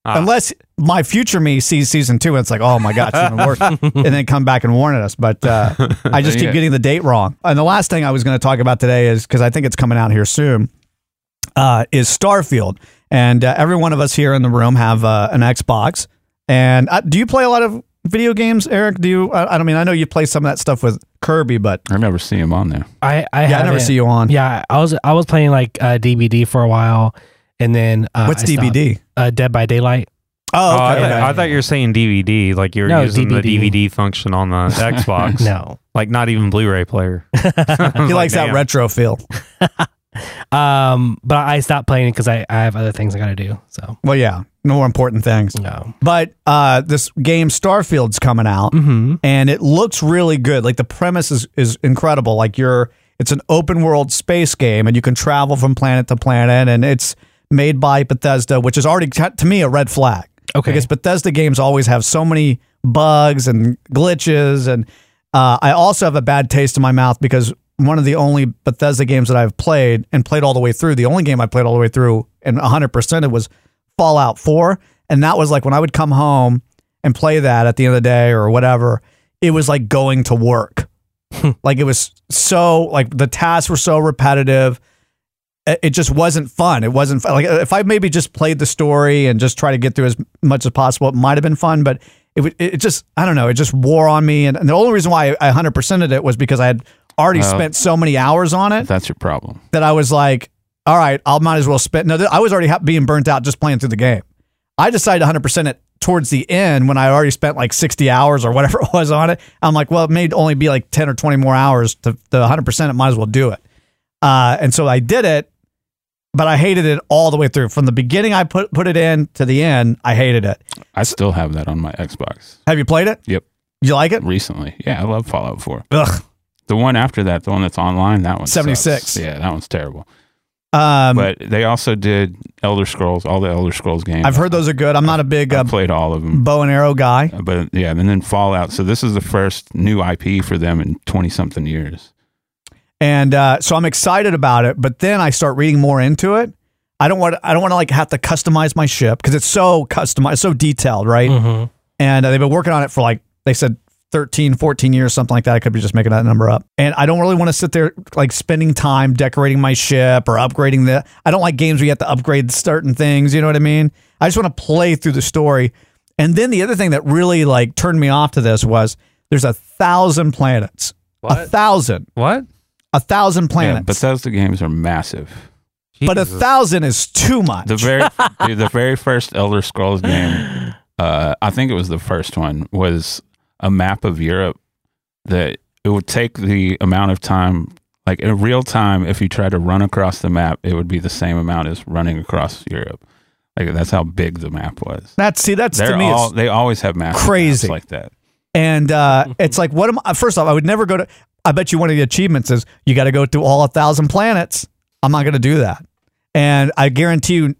E: unless my future me sees season two and it's like, oh my god, it's even worse, and then come back and warn us. But uh, I just keep
F: Yeah.
E: getting the date wrong. And the last thing I was going to talk about today is because I think it's coming out here soon. Uh, is Starfield, and uh, every one of us here in the room have uh, an Xbox. And uh, do you play a lot of video games, Eric? Do you? I, I don't mean, I know you play some of that stuff with Kirby, but
F: I never see him on there.
H: I I
E: Yeah, I never
H: haven't.
E: see you on.
H: Yeah, I was I was playing like uh, DBD for a while, and then uh,
E: What's
H: I stopped.
E: DBD?
H: Uh, Dead by Daylight.
E: Oh,
G: I,
H: okay.
G: thought, I thought you were saying DVD, like you were
H: No,
G: using
H: DVD.
G: the DVD function
H: [laughs]
G: on the Xbox.
H: No.
G: like not even Blu-ray
E: [laughs]
G: player. [laughs]
E: he likes that
G: damn.
E: retro feel.
H: Um, but I stopped playing because I, I have other things I got to do. So
E: Well, yeah, more important things.
H: No.
E: But uh, this game Starfield's coming out,
H: Mm-hmm.
E: and it looks really good. Like the premise is is incredible. Like you're, it's an open world space game, and you can travel from planet to planet, and it's made by Bethesda, which is already t- to me a red flag.
H: Okay.
E: because Bethesda games always have so many bugs and glitches, and uh, I also have a bad taste in my mouth because one of the only Bethesda games that I've played and played all the way through, the only game I played all the way through and 100% it was Fallout 4. And that was like when I would come home and play that at the end of the day or whatever, it was like going to work. like it was so, like the tasks were so repetitive. It it just wasn't fun. It wasn't fun. like if I maybe just played the story and just try to get through as much as possible, it might have been fun. But it would- it it just I don't know. It just wore on me, and, and the only reason why I 100 percented it was because I had already
F: Well,
E: spent so many hours on it
F: That's your problem.
E: that I was like, all right, I might as well spend. No, th- I was already ha- being burnt out just playing through the game. I decided 100% it towards the end when I already spent like 60 hours or [laughs] whatever it was on it. I'm like, well, it may only be like 10 or 20 more hours to the 100%. It might as well do it. Uh, and so I did it, but I hated it all the way through. From the beginning, I put, put it in to the end, I hated it.
F: I still have that on my Xbox.
E: Have you played it?
F: Yep.
E: You like it?
F: Recently, yeah, I love Fallout 4.
E: Ugh.
F: The one after that, the one that's online, that one sucks.
E: 76.
F: Yeah, that one's terrible.
E: Um,
F: but they also did Elder Scrolls, all the Elder Scrolls games.
E: I've heard those are good. I'm not a big uh,
F: played all of them.
E: bow and arrow guy.
F: but yeah, and then Fallout. So this is the first new IP for them in twenty something years.
E: and uh, so I'm excited about it. But then I start reading more into it. I don't want I don't want to like have to customize my ship because it's so customized, so detailed, right? And uh, they've been working on it for like they said 13, 14 years, something like that. I could be just making that number up. And I don't really want to sit there like spending time decorating my ship or upgrading the. I don't like games where you have to upgrade certain things. You know what I mean? I just want to play through the story. And then the other thing that really like turned me off to this was there's a thousand planets. A thousand.
G: What?
E: A thousand planets.
F: Yeah, Bethesda games are massive.
E: but a thousand is too much. [laughs]
F: The very dude, the very first Elder Scrolls game, uh, I think it was the first one, was a map of Europe that it would take the amount of time like in real time if you tried to run across the map, it would be the same amount as running across Europe. Like that's how big the map was.
E: That's see, that's
F: They're
E: to me
F: all-
E: is
F: they always have maps
E: crazy.
F: like that.
E: And uh, it's like, what am I? First off, I would never go to. I bet you one of the achievements is you got to go through all a thousand planets. I'm not going to do that. And I guarantee you,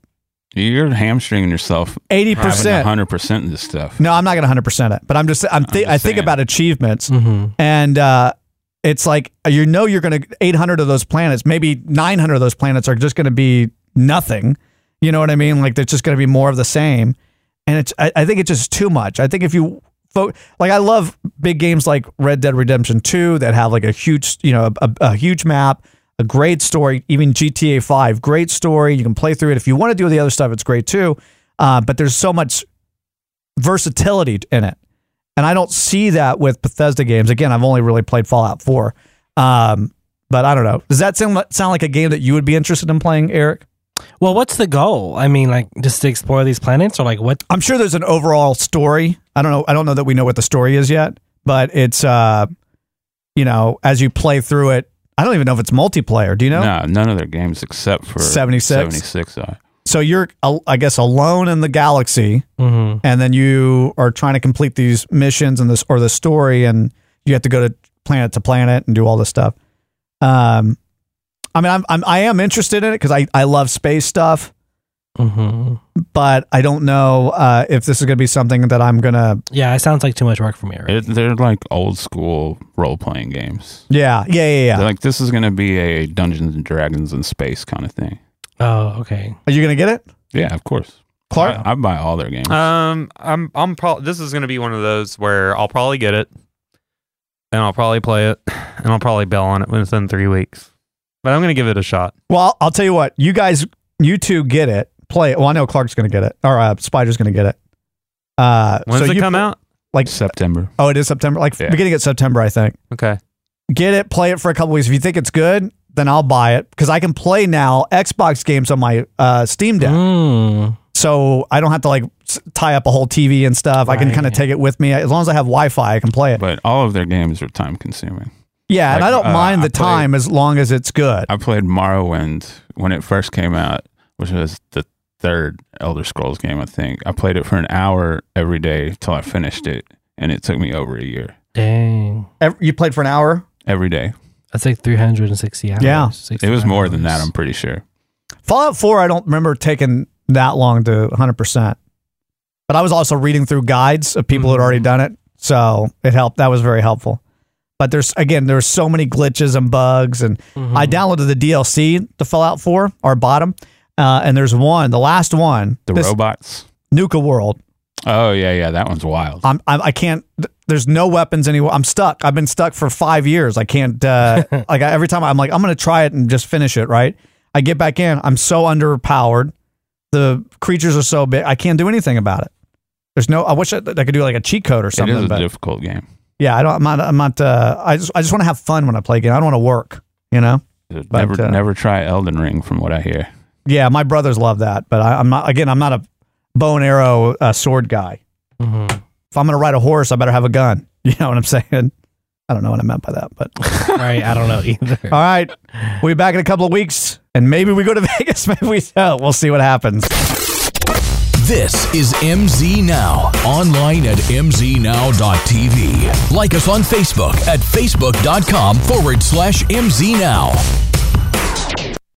F: You're hamstringing yourself
E: 80%.
F: hundred percent of this stuff.
E: no, I'm not going to 100 percent it. But I'm just, I'm, thi- I think about achievements,
H: Mm-hmm.
E: and uh, it's like you know you're going to 800 of those planets, maybe 900 of those planets are just going to be nothing. You know what I mean? Like there's just going to be more of the same, and it's. I, I think it's just too much. I think if you fo- like, I love big games like Red Dead Redemption 2 that have like a huge, you know, a, a huge map. A great story, even GTA 5, great story. You can play through it. If you want to do the other stuff, it's great too. Uh, but there's so much versatility in it. And I don't see that with Bethesda games. Again, I've only really played Fallout 4. Um, but I don't know. Does that sound, sound like a game that you would be interested in playing, Eric?
H: Well, what's the goal? I mean, like just to explore these planets or like what?
E: I'm sure there's an overall story. I don't know. I don't know that we know what the story is yet, but it's, uh, you know, as you play through it, I don't even know if it's multiplayer. Do you know?
F: No, none of their games except for uh,
E: 76?
F: 76 are.
E: So you're, al- I guess, alone in the galaxy,
H: Mm-hmm,
E: and then you are trying to complete these missions and this or the story, and you have to go to planet to planet and do all this stuff. Um, I mean, I'm, I'm I am interested in it because I I love space stuff,
H: mm-hmm.
E: but I don't know uh, if this is going to be something that I'm gonna.
H: Yeah, it sounds like too much work for me.
F: It, they're like old school role playing games.
E: Yeah, yeah, yeah, yeah.
F: They're like this is going to be a Dungeons and Dragons in space kind of thing.
H: Oh, okay.
E: Are you gonna get it?
F: Yeah, of course.
E: Clark,
F: I, I buy all their games.
G: Um, I'm I'm probably this is gonna be one of those where I'll probably get it, and I'll probably play it, and I'll probably bail on it within three weeks. But I'm gonna give it a shot.
E: Well, I'll tell you what. You guys, you two get it. Play it. Well, I know Clark's going to get it. Or uh, Spider's going to get it. Uh,
G: When's it
E: you
G: come
E: pl-
G: out?
E: Like
F: September.
E: Oh, it is September. Like beginning of September, I think.
G: Okay.
E: Get it. Play it for a couple weeks. If you think it's good, then I'll buy it because I can play now Xbox games on my uh, Steam
F: Mm-hmm.
E: Deck.
H: Mm.
E: So I don't have to like s- tie up a whole TV and stuff. I can kind of take it with me as long as I have Wi-Fi. I can play it.
F: But all of their games are time consuming.
E: Yeah, and
F: Like,
E: I don't
F: uh,
E: mind
F: I
E: the
F: played-
E: time as long as it's good.
F: I played Morrowind when it first came out, which was the third Elder Scrolls game, I think. I played it for an hour every day till I finished it, and it took me over a year
H: Dang.
E: Ev- You played for an hour.
F: every day.
H: That's like 360 hours.
E: Yeah.
F: it was more than that. I'm pretty sure.
E: Fallout 4, I don't remember taking that long to 100%. But I was also reading through guides of people who had already done it. So it helped. That was very helpful. But there's, again, there's so many glitches and bugs. And I downloaded the DLC to Fallout 4, our bottom. Uh, and there's one, the last one.
F: The
E: this-
F: robots.
E: Nuka World.
F: Oh yeah, yeah, that one's wild.
E: I'm, I'm I can't. th- There's no weapons anywhere. I'm stuck. I've been stuck for five years. I can't. Uh, like I, every time I'm like I'm gonna try it and just finish it. Right. I get back in. I'm so underpowered. The creatures are so big. I can't do anything about it. There's no. I wish I, I could do like a cheat code or
F: It
E: something.
F: is a
E: but
F: difficult game.
E: yeah, I don't. I'm not. I'm not. Uh, I just. I just want to have fun when I play a game. I don't want to work. You know. But,
F: Never,
E: uh,
F: never try Elden Ring, from what I hear.
E: Yeah, my brothers love that, but I, I'm not. Again, I'm not a bow and arrow uh, sword guy. If I'm gonna ride a horse, I better have a gun. [laughs] You know what I'm saying? I don't know what I meant by that, but
H: right. I don't
F: [laughs]
H: know either.
E: all right, we'll be back in a couple of weeks, and maybe we go to [laughs] Vegas. Maybe we don't. We'll see what happens.
A: This is MZ Now, online at mznow.tv. Like us on Facebook at facebook.com forward slash mznow.